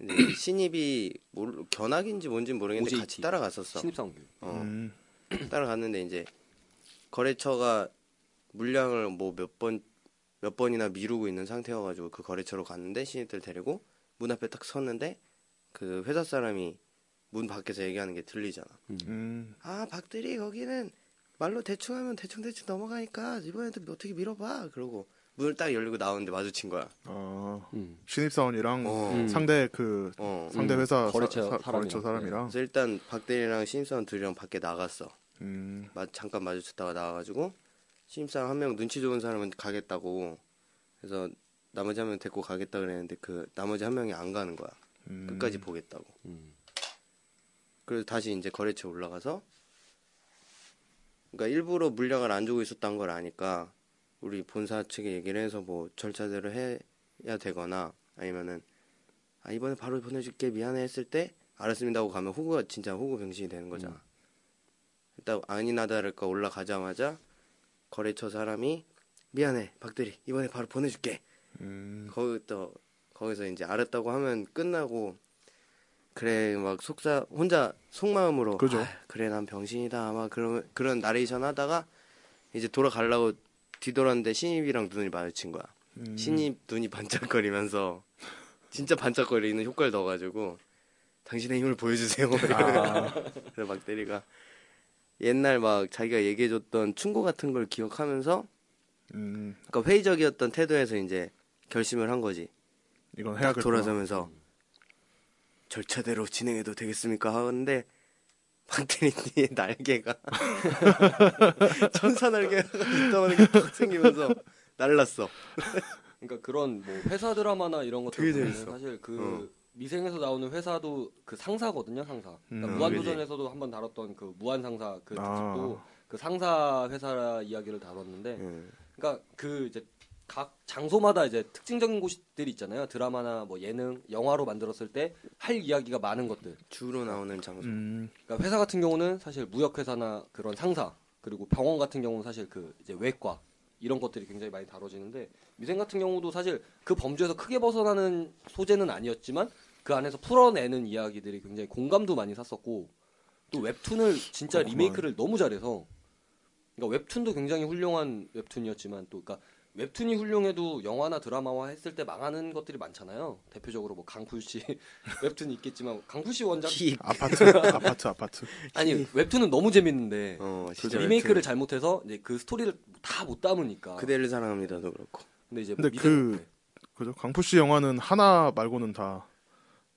[SPEAKER 2] 이제 신입이 모르, 견학인지 뭔진 모르겠는데
[SPEAKER 1] OJT.
[SPEAKER 2] 같이 따라갔었어.
[SPEAKER 1] 신입사원 교육.
[SPEAKER 2] 어.
[SPEAKER 3] 음,
[SPEAKER 2] [CLEARS THROAT] 따라갔는데 이제 거래처가 물량을 뭐 몇 번 몇 번이나 미루고 있는 상태여가지고 그 거래처로 갔는데 신입들 데리고 문 앞에 딱 섰는데 그 회사 사람이 문 밖에서 얘기하는 게 들리잖아.
[SPEAKER 3] 음,
[SPEAKER 2] 아 박들이 거기는 말로 대충 하면 대충 대충 넘어가니까 이번에도 어떻게 밀어봐 그러고 문을 딱 열리고 나오는데 마주친 거야.
[SPEAKER 3] 아,
[SPEAKER 1] 음.
[SPEAKER 3] 신입사원이랑
[SPEAKER 2] 어.
[SPEAKER 1] 음.
[SPEAKER 3] 상대 그
[SPEAKER 2] 어.
[SPEAKER 3] 상대 회사 사-
[SPEAKER 1] 거래처
[SPEAKER 3] 사,
[SPEAKER 1] 사람이랑. 네.
[SPEAKER 3] 거래처 사람이랑
[SPEAKER 2] 그래서 일단 박대리랑 신입사원 둘이랑 밖에 나갔어.
[SPEAKER 3] 음,
[SPEAKER 2] 마- 잠깐 마주쳤다가 나와가지고 신입사원 한 명 눈치 좋은 사람은 가겠다고 그래서 나머지 한 명 데리고 가겠다 그랬는데 그 나머지 한 명이 안 가는 거야
[SPEAKER 3] 음.
[SPEAKER 2] 끝까지 보겠다고
[SPEAKER 1] 음.
[SPEAKER 2] 그래서 다시 이제 거래처 올라가서 그러니까 일부러 물량을 안 주고 있었던 걸 아니까 우리 본사 측에 얘기를 해서 뭐 절차대로 해야 되거나 아니면은 아 이번에 바로 보내줄게 미안해 했을 때 알았습니다 하고 가면 호구가 진짜 호구 병신이 되는 거잖아 일단 아니나 다를까 올라가자마자 거래처 사람이 미안해 박대리 이번에 바로 보내줄게
[SPEAKER 3] 음,
[SPEAKER 2] 거기서 거기서 이제 알았다고 하면 끝나고 그래 막 속사 혼자 속마음으로
[SPEAKER 3] 그죠.
[SPEAKER 2] 아, 그래 난 병신이다 아마 그런 그런 나레이션 하다가 이제 돌아가려고 뒤돌았는데 신입이랑 눈이 마주친 거야.
[SPEAKER 3] 음.
[SPEAKER 2] 신입 눈이 [LAUGHS] 반짝거리면서 진짜 반짝거리는 효과를 넣어가지고 당신의 힘을 보여주세요.
[SPEAKER 3] 아.
[SPEAKER 2] [LAUGHS] 그래서 막 때리가 옛날 막 자기가 얘기해줬던 충고 같은 걸 기억하면서
[SPEAKER 3] 음,
[SPEAKER 2] 그러니까 회의적이었던 태도에서 이제 결심을 한 거지.
[SPEAKER 3] 이건
[SPEAKER 2] 딱
[SPEAKER 3] 해야겠다.
[SPEAKER 2] 그 돌아서면서 절차대로 진행해도 되겠습니까 하는데 박태리의 [LAUGHS] 날개가 천사 날개가 있다는 게팍 생기면서 날랐어.
[SPEAKER 1] 그러니까 그런 뭐 회사 드라마나 이런 것들
[SPEAKER 2] 되게
[SPEAKER 1] 보면
[SPEAKER 2] 재밌어.
[SPEAKER 1] 사실 그 미생에서 나오는 회사도 그 상사거든요 상사. 그러니까
[SPEAKER 3] 음,
[SPEAKER 1] 무한도전에서도 한번 다뤘던 그 무한상사 그
[SPEAKER 3] 아.
[SPEAKER 1] 특집도 그 상사 회사 이야기를 다뤘는데
[SPEAKER 2] 음.
[SPEAKER 1] 그러니까 그 이제 각 장소마다 이제 특징적인 곳들이 있잖아요. 드라마나 뭐 예능, 영화로 만들었을 때 할 이야기가 많은 것들.
[SPEAKER 2] 주로 나오는 장소.
[SPEAKER 3] 음,
[SPEAKER 1] 그러니까 회사 같은 경우는 사실 무역회사나 그런 상사 그리고 병원 같은 경우는 사실 그 이제 외과 이런 것들이 굉장히 많이 다뤄지는데 미생 같은 경우도 사실 그 범주에서 크게 벗어나는 소재는 아니었지만 그 안에서 풀어내는 이야기들이 굉장히 공감도 많이 샀었고 또 웹툰을 진짜
[SPEAKER 3] 그렇구만.
[SPEAKER 1] 리메이크를 너무 잘해서 그러니까 웹툰도 굉장히 훌륭한 웹툰이었지만 또 그러니까 웹툰이 훌륭해도 영화나 드라마화 했을 때 망하는 것들이 많잖아요. 대표적으로 뭐 강풀 씨 [LAUGHS] 웹툰 있겠지만 강풀 씨 원작
[SPEAKER 2] 힙.
[SPEAKER 3] 아파트, 아파트, 아파트.
[SPEAKER 1] 아니 웹툰은 너무 재밌는데
[SPEAKER 2] 어,
[SPEAKER 1] 그
[SPEAKER 2] 진짜
[SPEAKER 1] 리메이크를
[SPEAKER 2] 웹툰.
[SPEAKER 1] 잘못해서 이제 그 스토리를 다 못 담으니까.
[SPEAKER 2] 그대를 사랑합니다도 그렇고.
[SPEAKER 1] 근데 이제 네.
[SPEAKER 3] 근데 그- 그죠? 강푸 씨 영화는 하나 말고는 다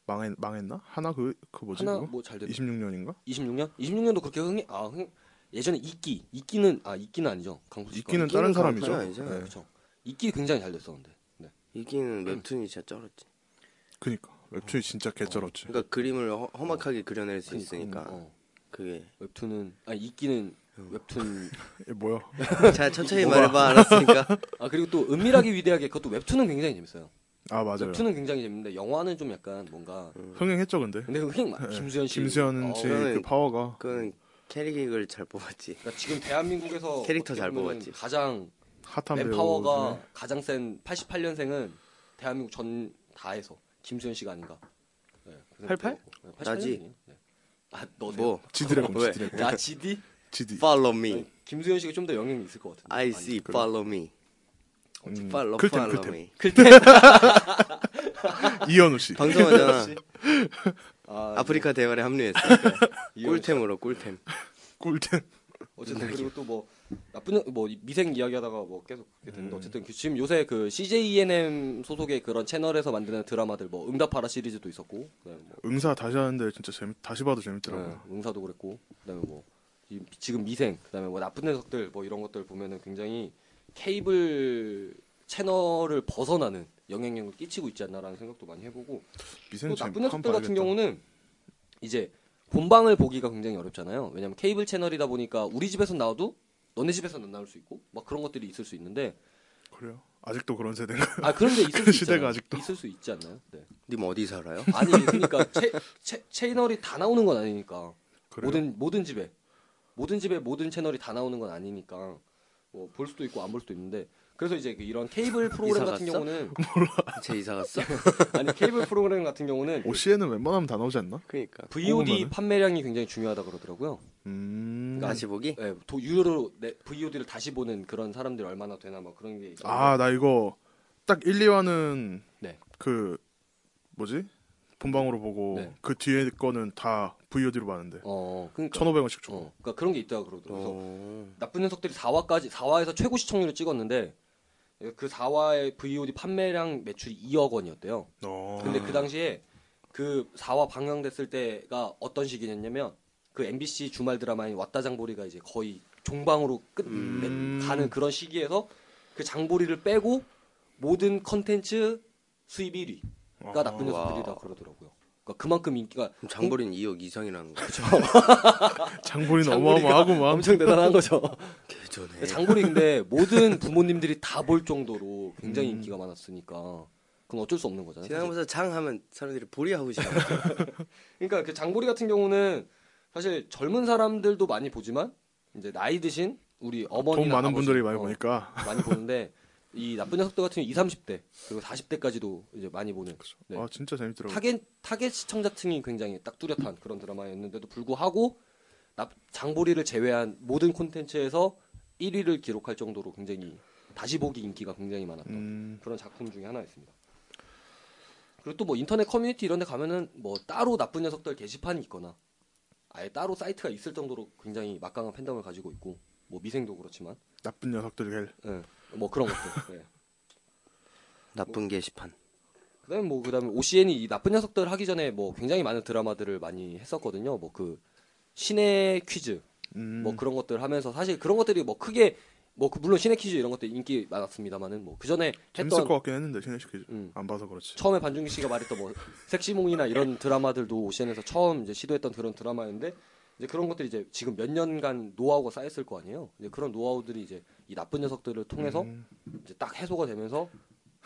[SPEAKER 3] 망했, 망했나? 하나 그, 그 뭐지?
[SPEAKER 1] 하나
[SPEAKER 3] 그거?
[SPEAKER 1] 뭐 잘 됐.
[SPEAKER 3] 26년인가?
[SPEAKER 1] 26년? 26년도 그렇게 흥이 아 흥. 예전에 이끼 이끼는 아 이끼는 아니죠 강수 씨.
[SPEAKER 3] 이끼는 다른 사람이죠.
[SPEAKER 2] 강푸는 아니죠.
[SPEAKER 3] 네.
[SPEAKER 1] 그렇죠. 이끼 굉장히 잘 됐었는데. 네.
[SPEAKER 2] 이기는 웹툰이 진짜 쩔었지.
[SPEAKER 3] 그니까. 웹툰이 진짜 개쩔었지.
[SPEAKER 2] 그러니까 그림을 허, 험악하게 그려낼 수 있으니까
[SPEAKER 1] 어,
[SPEAKER 2] 그게.
[SPEAKER 1] 웹툰은 아 이끼는 웹툰
[SPEAKER 3] 이게 뭐야?
[SPEAKER 2] 자 천천히 말해봐 알았으니까.
[SPEAKER 1] 아 그리고 또 은밀하게 위대하게 그것도 웹툰은 굉장히 재밌어요.
[SPEAKER 3] 아, 맞아요.
[SPEAKER 1] 웹툰은 굉장히 재밌는데 영화는 좀 약간 뭔가
[SPEAKER 3] 흥행했죠, 근데.
[SPEAKER 1] 근데 그게 막
[SPEAKER 3] 네.
[SPEAKER 1] 음, 김수현 씨
[SPEAKER 3] 김수현
[SPEAKER 1] 어,
[SPEAKER 3] 씨그
[SPEAKER 2] 그거는-
[SPEAKER 3] 파워가.
[SPEAKER 2] 그거는 캐릭을 잘 뽑았지.
[SPEAKER 1] 그러니까 지금 대한민국에서
[SPEAKER 2] 캐릭터
[SPEAKER 1] 어떻게
[SPEAKER 2] 잘
[SPEAKER 1] 보면은
[SPEAKER 2] 뽑았지.
[SPEAKER 1] 가장
[SPEAKER 3] 핫한 배우. 네.
[SPEAKER 1] 맨파워가 가장 센 88년생은 대한민국 전 다에서 김수현 씨가 아닌가. 네, 그
[SPEAKER 3] 88?
[SPEAKER 1] 생각도 하고. 네,
[SPEAKER 2] 나지.
[SPEAKER 1] 88년생이에요. 네. 아 너세요?
[SPEAKER 2] 뭐
[SPEAKER 3] 지드래곤,
[SPEAKER 2] 왜?
[SPEAKER 3] 지드래곤.
[SPEAKER 1] 나 GD?
[SPEAKER 3] 지디.
[SPEAKER 2] Follow
[SPEAKER 1] 아니,
[SPEAKER 2] me.
[SPEAKER 1] 김수현 씨가 좀 더 영향이 있을 것 같은데.
[SPEAKER 2] 아, I see.
[SPEAKER 3] 그래.
[SPEAKER 2] Follow me.
[SPEAKER 3] 음,
[SPEAKER 2] 팔로
[SPEAKER 3] 클템,
[SPEAKER 2] 팔로
[SPEAKER 3] 클템.
[SPEAKER 2] 미
[SPEAKER 3] 이현우 씨.
[SPEAKER 2] 방송하잖아
[SPEAKER 1] 아,
[SPEAKER 2] 아프리카
[SPEAKER 1] [LAUGHS]
[SPEAKER 2] 대열에 합류했어 꿀템으로 꿀템
[SPEAKER 3] 꿀템.
[SPEAKER 1] 어쨌든 그리고 또 뭐 나쁜 여- 뭐 미생 이야기하다가 뭐 계속 그렇게 됐는데 어쨌든 그- 지금 요새 그 CJNM 소속의 그런 채널에서 만드는 드라마들 뭐 응답하라 시리즈도 있었고 그다음에 뭐
[SPEAKER 3] 응사 다시 하는데 진짜 재밌, 다시 봐도
[SPEAKER 1] 네,
[SPEAKER 3] 재밌더라고요.
[SPEAKER 1] 응사도 그랬고 그다음에 뭐 이- 지금 미생 그다음에 뭐 나쁜 녀석들 뭐 이런 것들 보면은 굉장히 케이블 채널을 벗어나는 영향력을 끼치고 있지 않나라는 생각도 많이 해보고
[SPEAKER 3] 미생
[SPEAKER 1] 또
[SPEAKER 3] 재밌-
[SPEAKER 1] 나쁜 녀석들
[SPEAKER 3] 한번
[SPEAKER 1] 같은
[SPEAKER 3] 봐야겠다.
[SPEAKER 1] 경우는 이제 본방을 보기가 굉장히 어렵잖아요. 왜냐면 케이블 채널이다 보니까 우리 집에서 나와도 너네 집에서는 안 나올 수 있고 막 그런 것들이 있을 수 있는데
[SPEAKER 3] 그래요? 아직도 그런 세대인가? [LAUGHS]
[SPEAKER 1] 아 그런데 있을 수
[SPEAKER 3] 그 시대가
[SPEAKER 1] 있잖아요.
[SPEAKER 3] 아직도.
[SPEAKER 1] 있을 수 있지 않나요? 네.
[SPEAKER 2] 님 어디 살아요? [LAUGHS]
[SPEAKER 1] 아니 그러니까 채, 채, 채널이 다 나오는 건 아니니까
[SPEAKER 3] 그래요?
[SPEAKER 1] 모든 모든 집에 모든 집에 모든 채널이 다 나오는 건 아니니까 뭐 볼 수도 있고 안 볼 수도 있는데 그래서 이제 그 이런
[SPEAKER 2] [LAUGHS]
[SPEAKER 1] 케이블 프로그램
[SPEAKER 2] 이사
[SPEAKER 1] 같은
[SPEAKER 2] 갔어?
[SPEAKER 1] 경우는
[SPEAKER 2] 제
[SPEAKER 1] [LAUGHS]
[SPEAKER 2] 이사 갔어?
[SPEAKER 1] 아니 케이블 프로그램 같은 경우는
[SPEAKER 3] OCN은 웬만하면 다 나오지 않나?
[SPEAKER 2] 그니까
[SPEAKER 1] VOD
[SPEAKER 3] 뽑으면은?
[SPEAKER 1] 판매량이 굉장히 중요하다 그러더라고요.
[SPEAKER 3] 음.
[SPEAKER 2] 다시 보기?
[SPEAKER 1] 예, 도- 유료로 내- VOD를 다시 보는 그런 사람들이 얼마나 되나 뭐 그런 게 있어요.
[SPEAKER 3] 아, 나 이거 딱 1, 2화는
[SPEAKER 1] 네.
[SPEAKER 3] 그 뭐지? 본방으로 보고
[SPEAKER 1] 네.
[SPEAKER 3] 그 뒤에 거는 다 VOD로 봤는데.
[SPEAKER 1] 어, 그러니까
[SPEAKER 3] 1,500원씩 주고.
[SPEAKER 1] 어, 그러니까 그런 게 있다 그러더라고요. 그래서
[SPEAKER 2] 어...
[SPEAKER 1] 나쁜 녀석들이 4화까지 4화에서 최고 시청률을 찍었는데 그 4화의 VOD 판매량 매출이 2억 원이었대요.
[SPEAKER 3] 어.
[SPEAKER 1] 근데 그 당시에 그 4화 방영됐을 때가 어떤 시기였냐면 그 MBC 주말 드라마인 왔다 장보리가 이제 거의 종방으로 끝
[SPEAKER 3] 음.
[SPEAKER 1] 내- 가는 그런 시기에서 그 장보리를 빼고 모든 컨텐츠 수입 1위가
[SPEAKER 3] 아,
[SPEAKER 1] 나쁜
[SPEAKER 2] 와.
[SPEAKER 1] 녀석들이다 그러더라고요. 그러니까 그만큼 인기가
[SPEAKER 2] 그럼 장보린 2억 이상이라는 거 [LAUGHS]
[SPEAKER 3] 장본인
[SPEAKER 1] 장본이가
[SPEAKER 3] 어마어마하고만.
[SPEAKER 1] 엄청 대단한 거죠.
[SPEAKER 2] 개전에
[SPEAKER 1] 그 장보리 근데 모든 부모님들이 다 볼 정도로 굉장히 인기가 많았으니까 그건 어쩔 수 없는 거잖아요. 사실.
[SPEAKER 2] 지난번에 장 하면 사람들이 보리하고 싶어
[SPEAKER 1] [LAUGHS] 그러니까 그 장보리 같은 경우는 사실 젊은 사람들도 많이 보지만 이제 나이 드신 우리 어머니
[SPEAKER 3] 돈 많은 분들이 많이 보니까
[SPEAKER 1] 많이 보는데 이 나쁜 녀석들 같은 경우 20, 30대 그리고 40대까지도 이제 많이 보는 네.
[SPEAKER 3] 아 진짜 재밌더라고요.
[SPEAKER 1] 타겟 타겟 시청자층이 굉장히 딱 뚜렷한 그런 드라마였는데도 불구하고 나- 장보리를 제외한 모든 콘텐츠에서 1위를 기록할 정도로 굉장히 다시 보기 인기가 굉장히 많았던
[SPEAKER 3] 음.
[SPEAKER 1] 그런 작품 중에 하나였습니다. 그리고 또 뭐 인터넷 커뮤니티 이런 데 가면은 뭐 따로 나쁜 녀석들 게시판이 있거나 아예 따로 사이트가 있을 정도로 굉장히 막강한 팬덤을 가지고 있고 뭐 미생도 그렇지만
[SPEAKER 3] 나쁜 녀석들 겔.
[SPEAKER 1] 예. 뭐 그런 것들. 네.
[SPEAKER 2] 나쁜 게시판.
[SPEAKER 1] 그다음에 뭐 그다음에 OCN이 이 나쁜 녀석들 하기 전에 뭐 굉장히 많은 드라마들을 많이 했었거든요. 뭐 그 시내 퀴즈
[SPEAKER 3] 음,
[SPEAKER 1] 뭐 그런 것들 하면서 사실 그런 것들이 뭐 크게 뭐그 물론 시내 퀴즈 이런 것들 인기 많았습니다만은 뭐 그 전에
[SPEAKER 3] 재밌을
[SPEAKER 1] 했던
[SPEAKER 3] 것 같긴 했는데 신해시키지
[SPEAKER 1] 음.
[SPEAKER 3] 안 봐서 그렇지.
[SPEAKER 1] 처음에 반중기 씨가 말했던 뭐 섹시몽이나 이런 드라마들도 오션에서 처음 이제 시도했던 그런 드라마였는데 이제 그런 것들이 이제 지금 몇 년간 노하우가 쌓였을 거 아니에요. 이제 그런 노하우들이 이제 이 나쁜 녀석들을 통해서
[SPEAKER 3] 음,
[SPEAKER 1] 이제 딱 해소가 되면서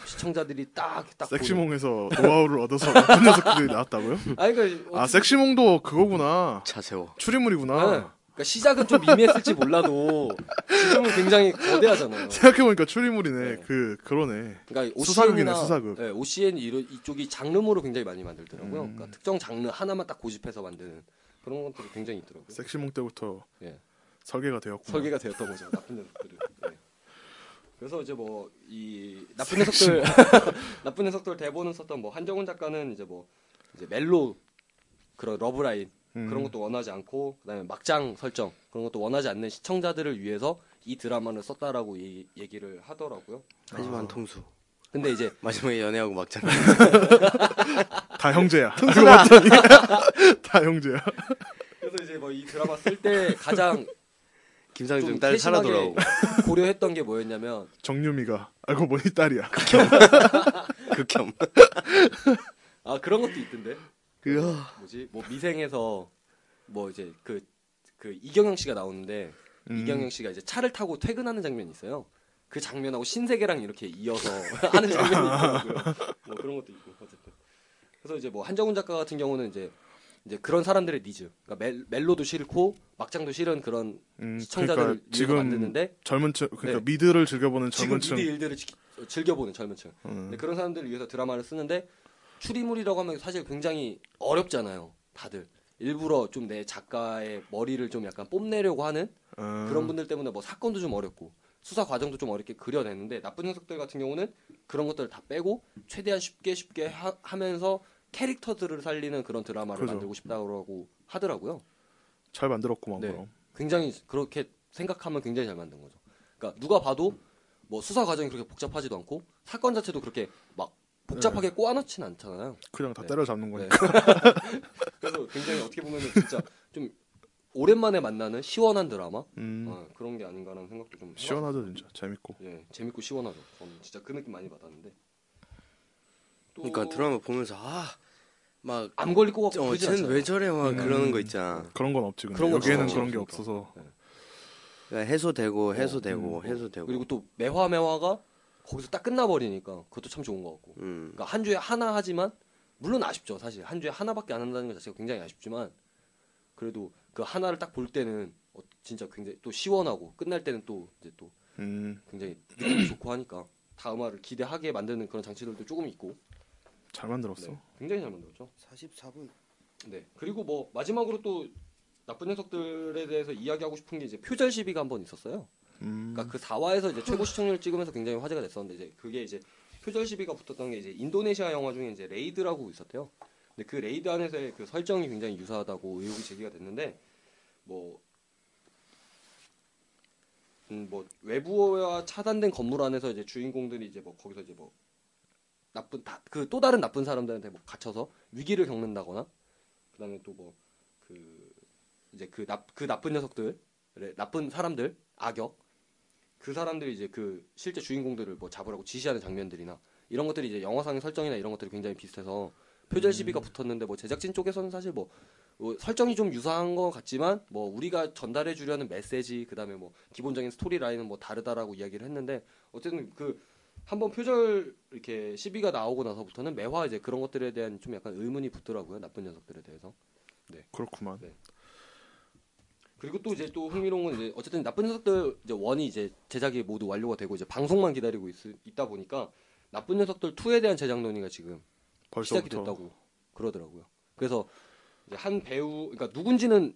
[SPEAKER 1] 시청자들이 딱딱
[SPEAKER 3] 섹시몽에서 노하우를 얻어서 [LAUGHS] 나쁜 녀석들이 나왔다고요?
[SPEAKER 1] 아니 그러니까,
[SPEAKER 3] 아 섹시몽도 그거구나.
[SPEAKER 1] 아.
[SPEAKER 2] 차세워.
[SPEAKER 3] 추리물이구나.
[SPEAKER 1] 그러니까 시작은 좀 미미했을지 몰라도 지금은 굉장히
[SPEAKER 3] [LAUGHS]
[SPEAKER 1] 거대하잖아요.
[SPEAKER 3] [LAUGHS] 생각해보니까 추리물이네.
[SPEAKER 1] 네.
[SPEAKER 3] 그 그러네.
[SPEAKER 1] 그러니까 OCN이나,
[SPEAKER 3] 수사극이네, 수사극.
[SPEAKER 1] 네, OCN 이런 이쪽이 장르물로 굉장히 많이 만들더라고요.
[SPEAKER 3] 음.
[SPEAKER 1] 그러니까 특정 장르 하나만 딱 고집해서 만드는 그런 것들이 굉장히 있더라고요.
[SPEAKER 3] 섹시몽 때부터
[SPEAKER 1] 예.
[SPEAKER 3] 설계가 되었고.
[SPEAKER 1] 설계가 되었던 [LAUGHS] 거죠 나쁜 녀석들은. 네. 그래서 이제 뭐 이 [LAUGHS] 나쁜 녀석들 나쁜 녀석들 대본을 썼던 뭐 한정훈 작가는 이제 뭐 이제 멜로 그런 러브라인 그런 것도 원하지 않고 그다음에 막장 설정 그런 것도 원하지 않는 시청자들을 위해서 이 드라마를 썼다라고 얘기, 얘기를 하더라고요.
[SPEAKER 2] 하지만 통수.
[SPEAKER 1] 근데 이제
[SPEAKER 2] 마지막에 연애하고 막장.
[SPEAKER 1] [LAUGHS]
[SPEAKER 3] 다 형제야. 알고 봤더니 [LAUGHS] 다 형제야.
[SPEAKER 1] [LAUGHS] 그래서 이제 뭐 이 드라마 쓸 때 가장
[SPEAKER 2] 김상중
[SPEAKER 1] [LAUGHS] 좀
[SPEAKER 2] 딸 살아
[SPEAKER 1] 세심하게 [LAUGHS]
[SPEAKER 2] 돌아오고.
[SPEAKER 1] 고려했던 게 뭐였냐면
[SPEAKER 3] 정유미가 알고 보니
[SPEAKER 1] [LAUGHS]
[SPEAKER 3] 딸이야.
[SPEAKER 2] 극혐.
[SPEAKER 1] 아 그런 것도 있던데
[SPEAKER 2] 그거.
[SPEAKER 3] 어.
[SPEAKER 1] 뭐지 뭐 미생에서 뭐 이제 그 그 이경영 씨가 나오는데
[SPEAKER 3] 음.
[SPEAKER 1] 이경영 씨가 이제 차를 타고 퇴근하는 장면이 있어요. 그 장면하고 신세계랑 이렇게 이어서 [LAUGHS] 하는 장면이 있더라고요. 뭐 그런 것도 있고 어쨌든. 그래서 이제 뭐 한정훈 작가 같은 경우는 이제 이제 그런 사람들의 니즈. 그러니까 멜, 멜로도 싫고 막장도 싫은 그런
[SPEAKER 3] 음,
[SPEAKER 1] 시청자들을 위해서 만드는데
[SPEAKER 3] 젊은 층 그러니까
[SPEAKER 1] 네.
[SPEAKER 3] 미드를 즐겨보는
[SPEAKER 1] 지금 미드 네.
[SPEAKER 3] 젊은 층.
[SPEAKER 1] 일들을 지- 어, 즐겨보는 젊은 층.
[SPEAKER 3] 음.
[SPEAKER 1] 근데 그런 사람들을 위해서 드라마를 쓰는데 추리물이라고 하면 사실 굉장히 어렵잖아요. 다들 일부러 좀 내 작가의 머리를 좀 약간 뽐내려고 하는
[SPEAKER 3] 아,
[SPEAKER 1] 그런 분들 때문에 뭐 사건도 좀 어렵고 수사 과정도 좀 어렵게 그려내는데 나쁜 녀석들 같은 경우는 그런 것들을 다 빼고 최대한 쉽게 쉽게 하, 면서 캐릭터들을 살리는 그런 드라마를
[SPEAKER 3] 그죠.
[SPEAKER 1] 만들고 싶다고 하더라고요.
[SPEAKER 3] 잘 만들었구만
[SPEAKER 1] 네.
[SPEAKER 3] 그럼.
[SPEAKER 1] 굉장히 그렇게 생각하면 굉장히 잘 만든 거죠. 그러니까 누가 봐도 뭐 수사 과정이 그렇게 복잡하지도 않고 사건 자체도 그렇게 막
[SPEAKER 3] 네.
[SPEAKER 1] 복잡하게 꼬아넣진 않잖아요.
[SPEAKER 3] 그냥 다
[SPEAKER 1] 네. [LAUGHS]
[SPEAKER 3] 때려잡는 거니까.
[SPEAKER 1] 네. 그래서 굉장히 어떻게 보면 진짜 좀 오랜만에 만나는 시원한 드라마
[SPEAKER 3] 음,
[SPEAKER 1] 어, 그런 게 아닌가라는 생각도 좀
[SPEAKER 3] 시원하죠 진짜 재밌고.
[SPEAKER 1] 해봤- 예, 재밌고 시원하죠. 저는 진짜 그 느낌 많이 받았는데. 또
[SPEAKER 2] 그러니까 드라마 보면서 아. 막
[SPEAKER 1] 안 걸리고 막
[SPEAKER 2] 어,
[SPEAKER 1] 그러진
[SPEAKER 2] 쟤는
[SPEAKER 1] 않잖아요. 음.
[SPEAKER 2] 왜 저래? 막 그러는 거 있잖아.
[SPEAKER 3] 그런 건 없지 근데
[SPEAKER 1] 그런 건
[SPEAKER 3] 여기에는
[SPEAKER 2] 없지,
[SPEAKER 3] 그런 게
[SPEAKER 1] 없으니까.
[SPEAKER 3] 없어서
[SPEAKER 2] 그러니까 해소되고 해소되고 해소되고.
[SPEAKER 1] 그리고 또 매화 매화가 거기서 딱 끝나버리니까 그것도 참 좋은 것 같고.
[SPEAKER 2] 음.
[SPEAKER 1] 그러니까 한 주에 하나 하지만 물론 아쉽죠 사실 한 주에 하나밖에 안 한다는 것 자체가 굉장히 아쉽지만 그래도 그 하나를 딱 볼 때는 어, 진짜 굉장히 또 시원하고 끝날 때는 또 이제 또
[SPEAKER 3] 음,
[SPEAKER 1] 굉장히 느낌이 좋고 하니까 다음화를 기대하게 만드는 그런 장치들도 조금 있고
[SPEAKER 3] 잘 만들었어.
[SPEAKER 1] 네, 굉장히 잘 만들었죠
[SPEAKER 2] 44분.
[SPEAKER 1] 네 그리고 뭐 마지막으로 또 나쁜 녀석들에 대해서 이야기하고 싶은 게 이제 표절 시비가 한 번 있었어요
[SPEAKER 3] 음,
[SPEAKER 1] 그러니까 그 4화에서 이제 최고 시청률 찍으면서 굉장히 화제가 됐었는데 이제 그게 이제 표절 시비가 붙었던 게 이제 인도네시아 영화 중에 이제 레이드라고 있었대요. 근데 그 레이드 안에서의 그 설정이 굉장히 유사하다고 의혹이 제기가 됐는데 뭐 음, 뭐 외부와 차단된 건물 안에서 이제 주인공들이 이제 뭐 거기서 이제 뭐 나쁜 그 또 다른 나쁜 사람들한테 뭐 갇혀서 위기를 겪는다거나 그다음에 또 뭐 그 이제 그 나 그 나쁜 녀석들 나쁜 사람들 악역 그 사람들이 이제 그 실제 주인공들을 뭐 잡으라고 지시하는 장면들이나 이런 것들이 이제 영화상의 설정이나 이런 것들이 굉장히 비슷해서 표절 시비가 붙었는데 뭐 제작진 쪽에서는 사실 뭐, 뭐 설정이 좀 유사한 것 같지만 뭐 우리가 전달해 주려는 메시지 그다음에 뭐 기본적인 스토리 라인은 뭐 다르다라고 이야기를 했는데 어쨌든 그 한번 표절 이렇게 시비가 나오고 나서부터는 매화 이제 그런 것들에 대한 좀 약간 의문이 붙더라고요 나쁜 녀석들에 대해서
[SPEAKER 3] 그렇구만.
[SPEAKER 1] 그리고 또 이제 또 흥미로운 건 이제 어쨌든 나쁜 녀석들 이제 원이 이제 제작이 모두 완료가 되고 이제 방송만 기다리고 있, 있다 보니까 나쁜 녀석들 2에 대한 제작 논의가 지금 시작이
[SPEAKER 3] 벌써부터
[SPEAKER 1] 됐다고 그러더라고요. 그래서 이제 한 배우 그러니까 누군지는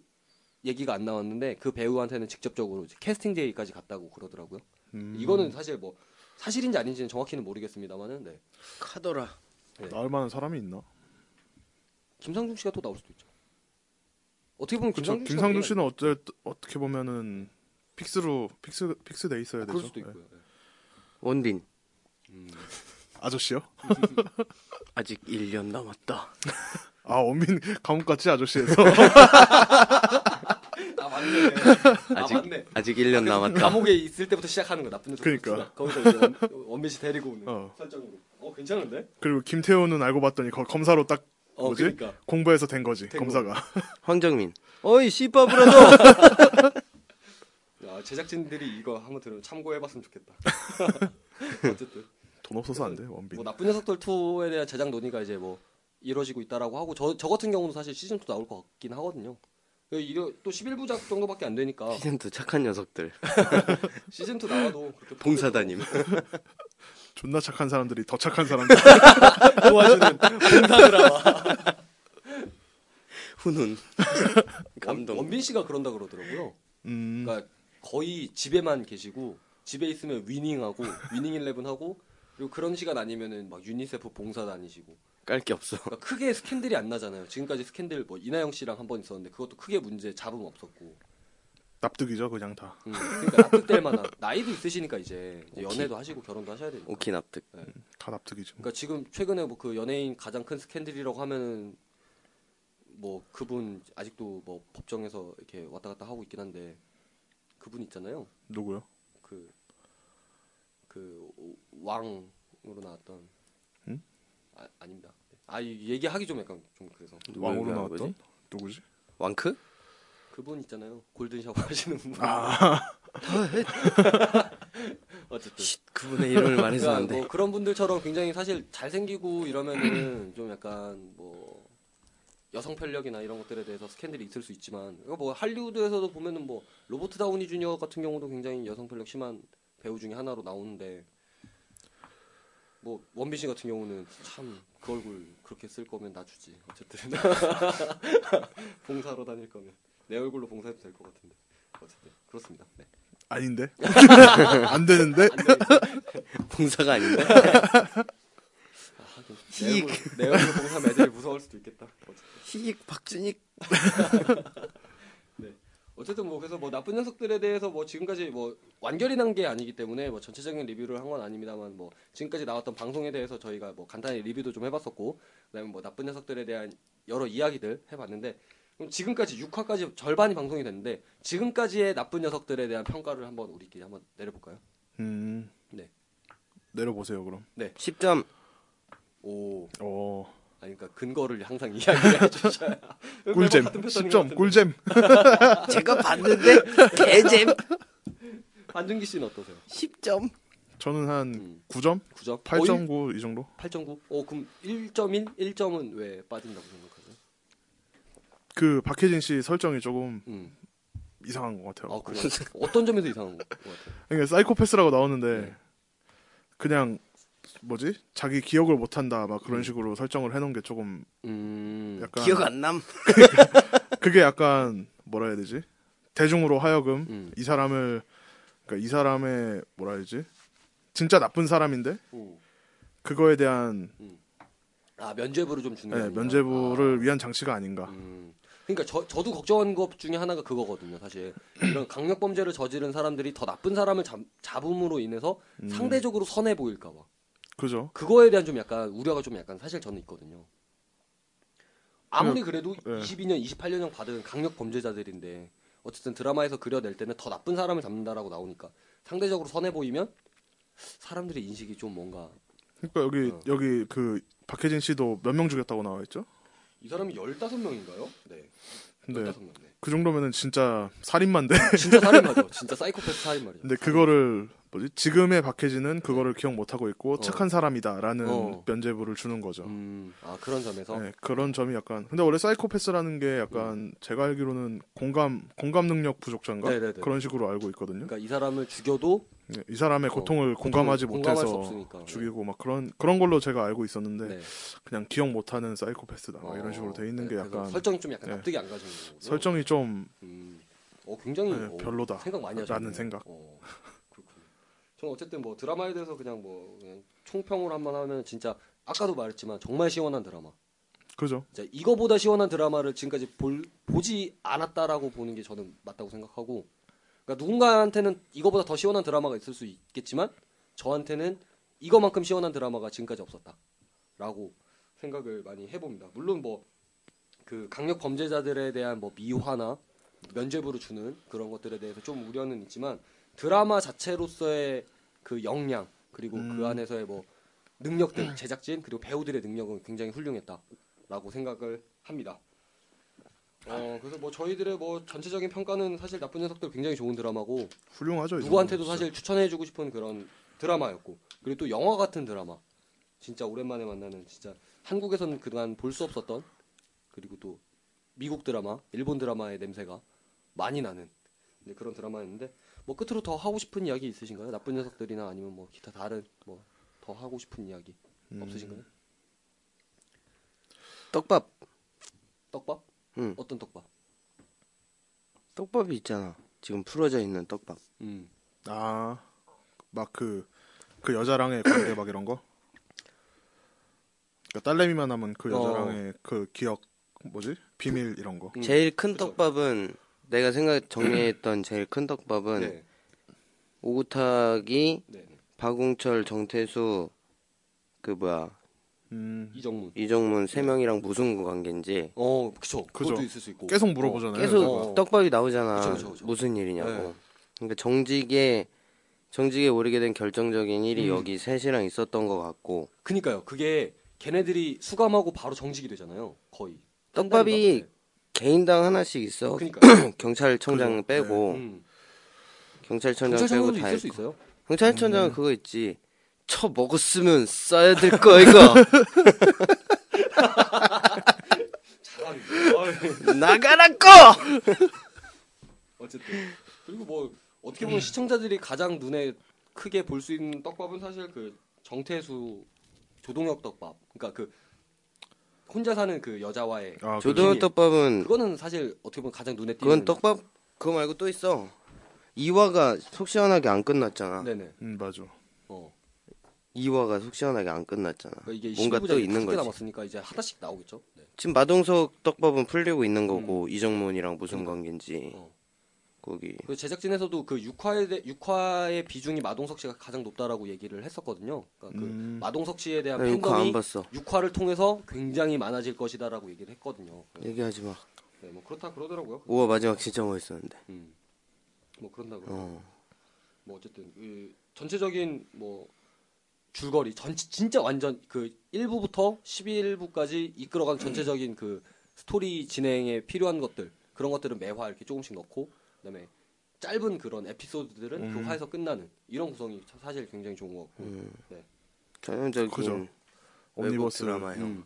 [SPEAKER 1] 얘기가 안 나왔는데 그 배우한테는 직접적으로 이제 캐스팅 제의까지 갔다고 그러더라고요.
[SPEAKER 3] 음,
[SPEAKER 1] 이거는 사실 뭐 사실인지 아닌지는 정확히는 모르겠습니다만은 네.
[SPEAKER 2] 카더라.
[SPEAKER 3] 나을 만한 사람이 있나?
[SPEAKER 1] 김상중 씨가 또 나올 수도 있죠. 어떻게 보면
[SPEAKER 3] 그렇죠.
[SPEAKER 1] 김상중, 씨가
[SPEAKER 3] 김상중
[SPEAKER 1] 우리가
[SPEAKER 3] 씨는 어째 어떻게 보면은 픽스로 픽스 픽스 돼 있어야
[SPEAKER 1] 아, 그럴
[SPEAKER 3] 되죠.
[SPEAKER 1] 수도
[SPEAKER 3] 예.
[SPEAKER 1] 있고요. 예.
[SPEAKER 2] 원빈
[SPEAKER 3] 아저씨요?
[SPEAKER 2] 아직 1년 남았다.
[SPEAKER 3] 아 원빈 [LAUGHS] 감옥 갔지 아저씨에서
[SPEAKER 1] [LAUGHS] 아 맞네.
[SPEAKER 2] 아직
[SPEAKER 1] 아 맞네.
[SPEAKER 2] 아직 1년 남았다.
[SPEAKER 1] [LAUGHS] 감옥에 있을 때부터 시작하는 거 나쁜 녀석.
[SPEAKER 3] 그러니까.
[SPEAKER 1] 거기서 이제 원, [LAUGHS] 원빈 씨 데리고 오는
[SPEAKER 3] 어.
[SPEAKER 1] 설정으로. 어 괜찮은데?
[SPEAKER 3] 그리고 김태호는 알고 봤더니 거- 검사로 딱
[SPEAKER 1] 어
[SPEAKER 3] 뭐지?
[SPEAKER 1] 그러니까.
[SPEAKER 3] 공부해서 된 거지
[SPEAKER 1] 된
[SPEAKER 3] 검사가
[SPEAKER 2] 황정민. 어이 씨바브라도.
[SPEAKER 1] [LAUGHS] 야, 제작진들이 이거 한번 들으면 참고해봤으면
[SPEAKER 3] [LAUGHS]
[SPEAKER 1] 좋겠다. 어쨌든
[SPEAKER 3] [LAUGHS] 돈 없어서 안 돼 원빈
[SPEAKER 1] 뭐 나쁜 녀석들 2에 대한 제작 논의가 이제 뭐 이루어지고 있다라고 하고 저, 저 같은 경우는 사실 시즌 2 나올 것 같긴 하거든요. 그 이래- 또 11부작 정도밖에 안 되니까
[SPEAKER 3] [LAUGHS]
[SPEAKER 2] 시즌2 착한 녀석들.
[SPEAKER 1] 시즌 2 나와도 그렇게
[SPEAKER 2] [LAUGHS] 봉사다님.
[SPEAKER 3] 존나 착한 사람들이 더 착한
[SPEAKER 1] [LAUGHS]
[SPEAKER 3] 사람들
[SPEAKER 1] 도와주는 봉사 드라마.
[SPEAKER 2] 훈훈. 감동.
[SPEAKER 1] 원빈 씨가 그런다 그러더라고요.
[SPEAKER 3] 음
[SPEAKER 1] 그러니까 거의 집에만 계시고 집에 있으면 위닝하고 위닝 일레븐 하고 그리고 그런 시간 아니면은 막 유니세프 봉사 다니시고
[SPEAKER 2] 깔 게 없어.
[SPEAKER 1] 그러니까 크게 스캔들이 안 나잖아요. 지금까지 스캔들 뭐 이나영 씨랑 한 번 있었는데 그것도 크게 문제 잡음 없었고.
[SPEAKER 3] 납득이죠 그냥 다
[SPEAKER 1] 음, 그러니까 납득될 만한 나이도 있으시니까 이제, 이제 연애도 하시고 결혼도 하셔야 되니까.
[SPEAKER 2] 오키 납득.
[SPEAKER 3] 다 납득이죠
[SPEAKER 1] 그러니까 지금 최근에 뭐 그 연예인 가장 큰 스캔들이라고 하면은 뭐 그분 아직도 뭐 법정에서 이렇게 왔다 갔다 하고 있긴 한데 그분 있잖아요.
[SPEAKER 3] 누구요?
[SPEAKER 1] 그 그 왕으로 나왔던
[SPEAKER 3] 응?
[SPEAKER 1] 아, 아닙니다. 아 이- 얘기하기 좀 약간 좀 그래서
[SPEAKER 3] 왕으로
[SPEAKER 2] 누구야,
[SPEAKER 3] 나왔던
[SPEAKER 2] 뭐지?
[SPEAKER 3] 누구지?
[SPEAKER 2] 왕크?
[SPEAKER 1] 그분 있잖아요. 골든 샤워 하시는 분. [LAUGHS] 아, 네. 어쨌든
[SPEAKER 2] 그분의 이름을 말해서 안
[SPEAKER 1] 그러니까
[SPEAKER 2] 돼.
[SPEAKER 1] 뭐 그런 분들처럼 굉장히 사실 잘생기고 이러면은 좀 약간 뭐 여성 편력이나 이런 것들에 대해서 스캔들이 있을 수 있지만 이거 뭐 할리우드에서도 보면은 뭐 로버트 다우니 주니어 같은 경우도 굉장히 여성 편력 심한 배우 중에 하나로 나오는데 뭐 원빈 씨 같은 경우는 참 그 얼굴 그렇게 쓸 거면 나 주지 어쨌든 [LAUGHS] 봉사로 다닐 거면 내 얼굴로 봉사해도 될 것 같은데 어쨌든 그렇습니다. 네. [LAUGHS]
[SPEAKER 3] 아닌데 안 되는데
[SPEAKER 2] 뭐. [LAUGHS] 봉사가 아닌데.
[SPEAKER 1] 아, 하긴 내 얼굴 내 얼굴 봉사 매들이 무서울 수도 있겠다. 어쨌든.
[SPEAKER 2] 히익 박준익.
[SPEAKER 1] 어쨌든 뭐 그래서 뭐 나쁜 녀석들에 대해서 뭐 지금까지 뭐 완결이 난 게 아니기 때문에 뭐 전체적인 리뷰를 한 건 아닙니다만 뭐 지금까지 나왔던 방송에 대해서 저희가 뭐 간단히 리뷰도 좀 해봤었고 그다음에 뭐 나쁜 녀석들에 대한 여러 이야기들 해봤는데 그럼 지금까지 6화까지 절반이 방송이 됐는데 지금까지의 나쁜 녀석들에 대한 평가를 한번 우리끼리 한번 내려볼까요?
[SPEAKER 3] 음
[SPEAKER 1] 네.
[SPEAKER 3] 내려보세요 그럼 어,
[SPEAKER 2] 10점.
[SPEAKER 1] 오
[SPEAKER 3] 오
[SPEAKER 1] 아니 그러니까 근거를 항상 이야기해 주셔야
[SPEAKER 3] [LAUGHS]
[SPEAKER 1] [LAUGHS]
[SPEAKER 3] 꿀잼
[SPEAKER 1] 같은 패턴인 것
[SPEAKER 3] 10점
[SPEAKER 1] 같은데.
[SPEAKER 3] 꿀잼
[SPEAKER 2] 제가 봤는데 개잼.
[SPEAKER 1] 안준기 씨는 어떠세요?
[SPEAKER 2] 10점.
[SPEAKER 3] 저는 한
[SPEAKER 1] 음.
[SPEAKER 3] 9점?
[SPEAKER 1] 9점
[SPEAKER 3] 8.9 이 정도?
[SPEAKER 1] 8.9? 어 그럼 1.1? 1점은 왜 빠진다고 생각하세요?
[SPEAKER 3] 그 박혜진 씨 설정이 조금
[SPEAKER 1] 음.
[SPEAKER 3] 이상한 것 같아요
[SPEAKER 1] 아 그래요? [LAUGHS] 어떤 점에서 이상한 것 같아요?
[SPEAKER 3] 그러니까 사이코패스라고 나오는데
[SPEAKER 1] 네.
[SPEAKER 3] 그냥 뭐지? 자기 기억을 못한다 막 그런 식으로 설정을 해놓은 게 조금
[SPEAKER 1] 음.
[SPEAKER 3] 약간
[SPEAKER 2] 기억 안 남.
[SPEAKER 3] 그게 약간 뭐라 해야 되지? 대중으로 하여금
[SPEAKER 1] 음.
[SPEAKER 3] 이 사람을 그러니까 이 사람의 뭐라 해야지? 진짜 나쁜 사람인데
[SPEAKER 1] 음.
[SPEAKER 3] 그거에 대한
[SPEAKER 1] 아 면죄부를 좀 주는
[SPEAKER 3] 예,
[SPEAKER 1] 게 아니라.
[SPEAKER 3] 면죄부를 위한 장치가 아닌가.
[SPEAKER 1] 아, 음. 그러니까 저, 저도 걱정한 것 중에 하나가 그거거든요 사실 이런 강력 범죄를 저지른 사람들이 더 나쁜 사람을 잡, 잡음으로 인해서
[SPEAKER 3] 음.
[SPEAKER 1] 상대적으로 선해 보일까 봐
[SPEAKER 3] 그죠?
[SPEAKER 1] 그거에 대한 좀 약간 우려가 좀 약간 사실 저는 있거든요 아무리 그래도
[SPEAKER 3] 예.
[SPEAKER 1] 22년 28년형 받은 강력 범죄자들인데 어쨌든 드라마에서 그려낼 때는 더 나쁜 사람을 잡는다라고 나오니까 상대적으로 선해 보이면 사람들의 인식이 좀 뭔가
[SPEAKER 3] 그러니까 여기
[SPEAKER 1] 어.
[SPEAKER 3] 여기 그 박혜진 씨도 몇 명 죽였다고 나와 있죠?
[SPEAKER 1] 이 사람이 15명인가요? 네.
[SPEAKER 3] 근데
[SPEAKER 1] 15명. 네.
[SPEAKER 3] 그 정도면은 진짜 살인마인데. [LAUGHS]
[SPEAKER 1] 진짜 살인마죠. 진짜 사이코패스 살인마죠.
[SPEAKER 3] 근데 그거를 뭐지? 지금의 박혜진은 그거를 기억 못 하고 있고
[SPEAKER 1] 어.
[SPEAKER 3] 착한 사람이다라는
[SPEAKER 1] 어.
[SPEAKER 3] 면죄부를 주는 거죠.
[SPEAKER 1] 음, 아, 그런 점에서
[SPEAKER 3] 네, 그런 점이 약간 근데 원래 사이코패스라는 게 약간 제가 알기로는 공감 공감 능력 부족자인가
[SPEAKER 1] 네네네.
[SPEAKER 3] 그런 식으로 알고 있거든요.
[SPEAKER 1] 그러니까 이 사람을 죽여도
[SPEAKER 3] 네, 이 사람의
[SPEAKER 1] 어,
[SPEAKER 3] 고통을 공감하지
[SPEAKER 1] 공감할 수
[SPEAKER 3] 못해서
[SPEAKER 1] 없으니까.
[SPEAKER 3] 죽이고 막 그런 그런 걸로 제가 알고 있었는데
[SPEAKER 1] 네.
[SPEAKER 3] 그냥 기억 못하는 사이코패스다 막
[SPEAKER 1] 어,
[SPEAKER 3] 아, 이런 식으로 돼 있는
[SPEAKER 1] 네,
[SPEAKER 3] 게
[SPEAKER 1] 그래서
[SPEAKER 3] 약간
[SPEAKER 1] 설정이 좀 약간
[SPEAKER 3] 네.
[SPEAKER 1] 납득이 안 가시는 거고.
[SPEAKER 3] 설정이 좀
[SPEAKER 1] 음. 어, 굉장히
[SPEAKER 3] 네,
[SPEAKER 1] 어,
[SPEAKER 3] 별로다.
[SPEAKER 1] 생각 많이 하셨네.
[SPEAKER 3] 라는 생각.
[SPEAKER 1] 어, 그렇군요. 저는 어쨌든 뭐 드라마에 대해서 그냥 뭐 그냥 총평을 한번 하면 진짜 아까도 말했지만 정말 시원한 드라마.
[SPEAKER 3] 그죠?
[SPEAKER 1] 진짜 이거보다 시원한 드라마를 지금까지 볼, 보지 않았다라고 보는 게 저는 맞다고 생각하고 그러니까 누군가한테는 이거보다 더 시원한 드라마가 있을 수 있겠지만 저한테는 이거만큼 시원한 드라마가 지금까지 없었다라고 생각을 많이 해봅니다. 물론 뭐 그 강력 범죄자들에 대한 뭐 미화나 면죄부로 주는 그런 것들에 대해서 좀 우려는 있지만 드라마 자체로서의 그 역량 그리고 그 안에서의 뭐 능력들 제작진 그리고 배우들의 능력은 굉장히 훌륭했다라고 생각을 합니다. 어 그래서 뭐 저희들의 뭐 전체적인 평가는 사실 나쁜 녀석들 굉장히 좋은 드라마고
[SPEAKER 3] 훌륭하죠. 이
[SPEAKER 1] 누구한테도
[SPEAKER 3] 정도면.
[SPEAKER 1] 사실 추천해주고 싶은 그런 드라마였고 그리고 또 영화 같은 드라마 진짜 오랜만에 만나는 진짜 한국에서는 그동안 볼 수 없었던 그리고 또 미국 드라마 일본 드라마의 냄새가 많이 나는 이제 그런 드라마였는데 뭐 끝으로 더 하고 싶은 이야기 있으신가요? 나쁜 녀석들이나 아니면 뭐 기타 다른 뭐 더 하고 싶은 이야기
[SPEAKER 3] 음.
[SPEAKER 1] 없으신가요?
[SPEAKER 2] 떡밥
[SPEAKER 1] 떡밥?
[SPEAKER 2] 음.
[SPEAKER 1] 어떤 떡밥?
[SPEAKER 2] 떡밥이 있잖아. 지금 풀어져 있는 떡밥.
[SPEAKER 1] 음.
[SPEAKER 3] 아, 막 그 그 여자랑의 [COUGHS] 관계 막 이런 거. 그러니까 딸내미만 하면 그
[SPEAKER 1] 어.
[SPEAKER 3] 여자랑의 그 기억 뭐지 비밀 이런 거.
[SPEAKER 1] 음,
[SPEAKER 2] 제일 큰
[SPEAKER 1] 그쵸.
[SPEAKER 2] 떡밥은 내가 생각
[SPEAKER 1] [CLEARS THROAT]
[SPEAKER 2] 정리했던 제일 큰 떡밥은
[SPEAKER 1] 네.
[SPEAKER 2] 오구탁이
[SPEAKER 1] 네. 네.
[SPEAKER 2] 박웅철, 정태수 그 뭐야
[SPEAKER 3] 음,
[SPEAKER 1] 이정문.
[SPEAKER 2] 이정문 세 명이랑 무슨 관계인지
[SPEAKER 1] 어, 그쵸. 그것도
[SPEAKER 3] 그죠.
[SPEAKER 1] 있을 수 있고.
[SPEAKER 3] 계속 물어보잖아요.
[SPEAKER 2] 뭐, 계속
[SPEAKER 3] 여자가.
[SPEAKER 1] 어.
[SPEAKER 2] 떡밥이 나오잖아.
[SPEAKER 1] 그쵸, 그쵸, 그쵸.
[SPEAKER 2] 무슨 일이냐고.
[SPEAKER 1] 네.
[SPEAKER 2] 그러니까 정직에 정직에 오르게 된 결정적인 일이
[SPEAKER 1] 음.
[SPEAKER 2] 여기 셋이랑 있었던 것 같고
[SPEAKER 1] 그니까요. 그게 걔네들이 수감하고 바로 정직이 되잖아요. 거의.
[SPEAKER 2] 떡밥이 개인당 하나씩 있어.
[SPEAKER 1] 그니까.
[SPEAKER 2] [CLEARS THROAT] 경찰청장
[SPEAKER 3] 그죠.
[SPEAKER 2] 빼고
[SPEAKER 1] 음.
[SPEAKER 2] 경찰청장 빼고
[SPEAKER 1] 경찰청장도
[SPEAKER 2] 다
[SPEAKER 1] 있을 음. 수
[SPEAKER 2] 있고.
[SPEAKER 1] 있어요.
[SPEAKER 2] 경찰청장은 그거 있지. 쳐 먹었으면 싸야 될 거
[SPEAKER 1] [LAUGHS]
[SPEAKER 2] 이거
[SPEAKER 1] [LAUGHS] 잘하는
[SPEAKER 2] 나가라 꺼.
[SPEAKER 1] 어쨌든 그리고 뭐 어떻게 보면 시청자들이 가장 눈에 크게 볼 수 있는 떡밥은 사실 그 정태수 조동혁 떡밥. 그러니까 그 혼자 사는 그 여자와의
[SPEAKER 3] 아, 그-
[SPEAKER 2] 조동현 떡밥은
[SPEAKER 1] 그거는 사실 어떻게 보면 가장 눈에 띄는
[SPEAKER 2] 어. 그건 떡밥 그거 말고 또 있어. 이화가 속 시원하게 안 끝났잖아.
[SPEAKER 1] 네네.
[SPEAKER 3] 음 맞아.
[SPEAKER 1] 어.
[SPEAKER 2] 이화가 속 시원하게 안 끝났잖아.
[SPEAKER 1] 그러니까 이게
[SPEAKER 2] 뭔가 또
[SPEAKER 1] 12부작이
[SPEAKER 2] 있는
[SPEAKER 1] 크게
[SPEAKER 2] 거지.
[SPEAKER 1] 남았으니까 이제 하나씩 나오겠죠. 네.
[SPEAKER 2] 지금 마동석 떡밥은 풀리고 있는
[SPEAKER 1] 음.
[SPEAKER 2] 거고 이정문이랑 무슨 관계인지
[SPEAKER 1] 어.
[SPEAKER 2] 거기
[SPEAKER 1] 그 제작진에서도 그 6화에 대, 6화의 비중이 마동석 씨가 가장 높다라고 얘기를 했었거든요. 그러니까 그
[SPEAKER 3] 음.
[SPEAKER 1] 마동석 씨에 대한
[SPEAKER 2] 나 이거 안
[SPEAKER 1] 팬덤이
[SPEAKER 2] 봤어.
[SPEAKER 1] 6화를 통해서 굉장히 많아질 것이다라고 얘기를 했거든요.
[SPEAKER 2] 얘기하지 마.
[SPEAKER 1] 네, 뭐 그렇다 그러더라고요.
[SPEAKER 2] 우와 마지막 진짜 멋있었는데.
[SPEAKER 1] 음. 뭐 그런다 그러고.
[SPEAKER 2] 어.
[SPEAKER 1] 뭐 어쨌든 그 전체적인 뭐 줄거리 전 진짜 완전 그 1부부터 11부까지 이끌어간 전체적인 그 스토리 진행에 필요한 것들 그런 것들은 매화 이렇게 조금씩 넣고 그다음에 짧은 그런 에피소드들은 그
[SPEAKER 3] 음.
[SPEAKER 1] 화에서 끝나는 이런 구성이 참 사실 굉장히 좋은 것 같고
[SPEAKER 2] 음.
[SPEAKER 1] 네.
[SPEAKER 2] 전형적인
[SPEAKER 3] 그죠.
[SPEAKER 2] 외국
[SPEAKER 3] 옴니버스
[SPEAKER 2] 드라마형.
[SPEAKER 1] 음.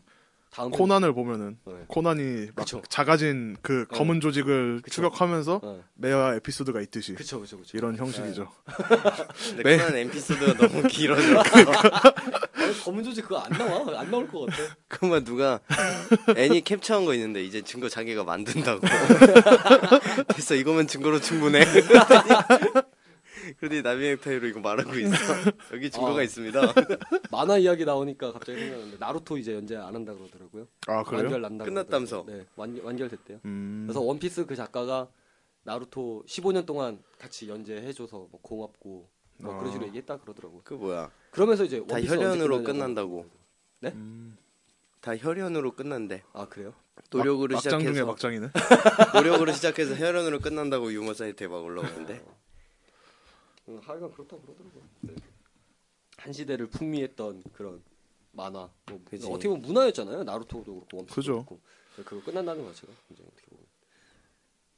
[SPEAKER 1] 다음
[SPEAKER 3] 코난을 보면은
[SPEAKER 1] 편에- 네.
[SPEAKER 3] 코난이 막
[SPEAKER 1] 그쵸.
[SPEAKER 3] 작아진
[SPEAKER 2] 어.
[SPEAKER 3] 그 검은 조직을
[SPEAKER 1] 그쵸.
[SPEAKER 3] 추격하면서
[SPEAKER 1] 네. 네.
[SPEAKER 3] 매화 에피소드가 있듯이
[SPEAKER 1] 그쵸 그쵸 그쵸
[SPEAKER 3] 이런 형식이죠.
[SPEAKER 2] 네. 근데
[SPEAKER 1] 네.
[SPEAKER 2] 그런 에피소드가 너무
[SPEAKER 1] [LAUGHS]
[SPEAKER 2] 길어져.
[SPEAKER 1] 아니, 검은 조직 그거 안 나와 안 나올 것 같아
[SPEAKER 2] 그만 누가 애니 캡처한 거 있는데 이제 증거
[SPEAKER 1] [LAUGHS]
[SPEAKER 2] 자기가 만든다고. 됐어 이거면 증거로 충분해. 그러더니 나비넥 타이로 이거 말하고 있어. 여기 증거가
[SPEAKER 1] 아.
[SPEAKER 2] 있습니다.
[SPEAKER 1] 만화 이야기 나오니까 갑자기 생각났는데 나루토 이제 연재 안 한다 그러더라고요
[SPEAKER 3] 아 그래요?
[SPEAKER 1] 완결 난다
[SPEAKER 2] 끝났다면서.
[SPEAKER 1] 그러더라고요. 네 완, 완결됐대요
[SPEAKER 3] 음,
[SPEAKER 1] 그래서 원피스 그 작가가 나루토 15년 동안 같이 연재해줘서 뭐 고맙고 뭐
[SPEAKER 3] 아.
[SPEAKER 1] 그런 식으로 얘기했다 그러더라고.
[SPEAKER 2] 그 뭐야?
[SPEAKER 1] 그러면서 이제
[SPEAKER 2] 다
[SPEAKER 1] 원피스가 언제
[SPEAKER 2] 혈연으로
[SPEAKER 1] 끝나냐고.
[SPEAKER 2] 끝난다고.
[SPEAKER 3] 음,
[SPEAKER 2] 다 혈연으로 끝난대.
[SPEAKER 1] 아 그래요?
[SPEAKER 2] 노력으로
[SPEAKER 3] 막, 막장 중에
[SPEAKER 2] 시작해서
[SPEAKER 3] 막장이네.
[SPEAKER 2] 노력으로 시작해서 혈연으로 끝난다고 유머 사이트에 막 올라오는데.
[SPEAKER 1] 응, 음, 하여간 그렇다 그러더라고. 네. 한 시대를 풍미했던 그런 만화. 뭐,
[SPEAKER 2] 그치.
[SPEAKER 1] 어떻게 보면 문화였잖아요. 나루토도 그렇고 원피스도
[SPEAKER 3] 그죠.
[SPEAKER 1] 그렇고. 그거 끝난다는 것 자체가 굉장히 어떻게 보면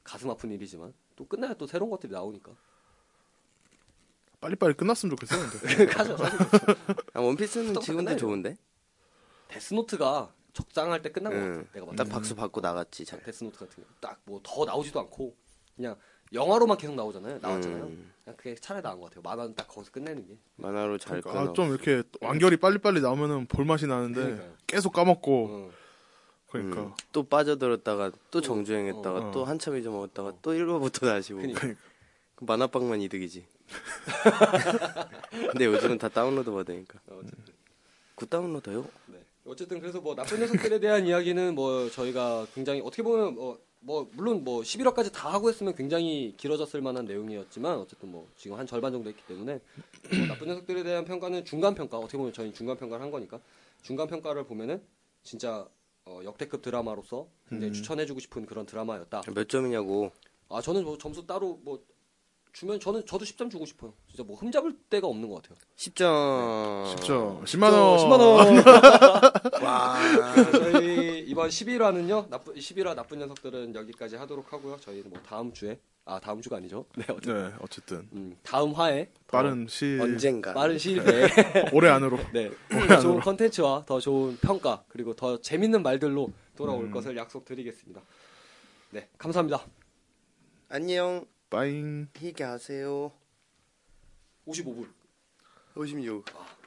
[SPEAKER 1] 가슴 아픈 일이지만 또 끝나야 또 새로운 것들이 나오니까. [LAUGHS]
[SPEAKER 3] 빨리빨리 끝났으면 좋겠어요. 근데.
[SPEAKER 1] 가죠.
[SPEAKER 2] [LAUGHS]
[SPEAKER 1] 사실
[SPEAKER 2] 아 원피스는
[SPEAKER 1] 떡
[SPEAKER 2] 지금도
[SPEAKER 1] 끝나요.
[SPEAKER 2] 좋은데?
[SPEAKER 1] 데스노트가 적장할 때 끝난 것
[SPEAKER 2] 응.
[SPEAKER 1] 같아. 내가 봤을 때.
[SPEAKER 2] 네. 딱 박수 받고 나갔지. 잘.
[SPEAKER 1] 데스노트 같은 경우 딱뭐 더 나오지도 않고 그냥 영화로만 계속 나오잖아요. 나왔잖아요.
[SPEAKER 2] 음.
[SPEAKER 1] 그냥 그게 차라리 나은 것 같아요. 만화는 딱 거기서 끝내는 게.
[SPEAKER 2] 만화로 잘
[SPEAKER 3] 아,
[SPEAKER 2] 끊어.
[SPEAKER 3] 좀 이렇게 완결이 빨리빨리 나오면은 볼 맛이 나는데
[SPEAKER 1] 그러니까요.
[SPEAKER 3] 계속 까먹고
[SPEAKER 1] 어.
[SPEAKER 3] 그러니까
[SPEAKER 2] 음, 또 빠져들었다가 또 정주행했다가
[SPEAKER 3] 어.
[SPEAKER 2] 또 한참 잊어먹었다가 또 1화부터 다시 보고
[SPEAKER 1] 그니까.
[SPEAKER 2] 그 만화방만 이득이지 [LAUGHS] 근데 요즘은 다 다운로드 받으니까
[SPEAKER 1] 어쨌든.
[SPEAKER 2] 굿 다운로더요?
[SPEAKER 1] 네. 어쨌든 그래서 뭐 나쁜 녀석들에 대한 이야기는 뭐 저희가 굉장히 어떻게 보면 뭐 뭐 물론 뭐 11화까지 다 하고 했으면 굉장히 길어졌을 만한 내용이었지만 어쨌든 뭐 지금 한 절반 정도 했기 때문에 뭐 나쁜 녀석들에 대한 평가는 중간 평가 어떻게 보면 저희 는 중간 평가를 한 거니까 중간 평가를 보면은 진짜 어, 역대급 드라마로서 굉장히 추천해주고 싶은 그런 드라마였다.
[SPEAKER 2] 몇 점이냐고.
[SPEAKER 1] 아 저는 뭐 점수 따로 뭐 주면 저는 저도 10점 주고 싶어요. 진짜 뭐 흠잡을 데가 없는 것 같아요.
[SPEAKER 2] 10점.
[SPEAKER 3] 10점. 10만 원.
[SPEAKER 1] 10만 원.
[SPEAKER 3] [LAUGHS]
[SPEAKER 2] 와.
[SPEAKER 1] 네, [LAUGHS] 저희 이번 11화는요. 나쁜 11화 나쁜 녀석들은 여기까지 하도록 하고요. 저희는 뭐 다음 주에 아 다음 주가 아니죠. 네. 어쨌든
[SPEAKER 3] 네, 어쨌든
[SPEAKER 1] 음, 다음 화에
[SPEAKER 3] 빠른 시
[SPEAKER 2] 언젠가.
[SPEAKER 1] 빠른 시일 내에
[SPEAKER 3] 올해 안으로
[SPEAKER 1] [LAUGHS] 네, 더 좋은 컨텐츠와 더 좋은 평가 그리고 더 재밌는 말들로 돌아올
[SPEAKER 3] 음.
[SPEAKER 1] 것을 약속드리겠습니다. 네, 감사합니다.
[SPEAKER 2] 안녕.
[SPEAKER 3] 빠잉.
[SPEAKER 2] 희게 하세요.
[SPEAKER 1] 55분.
[SPEAKER 2] 56.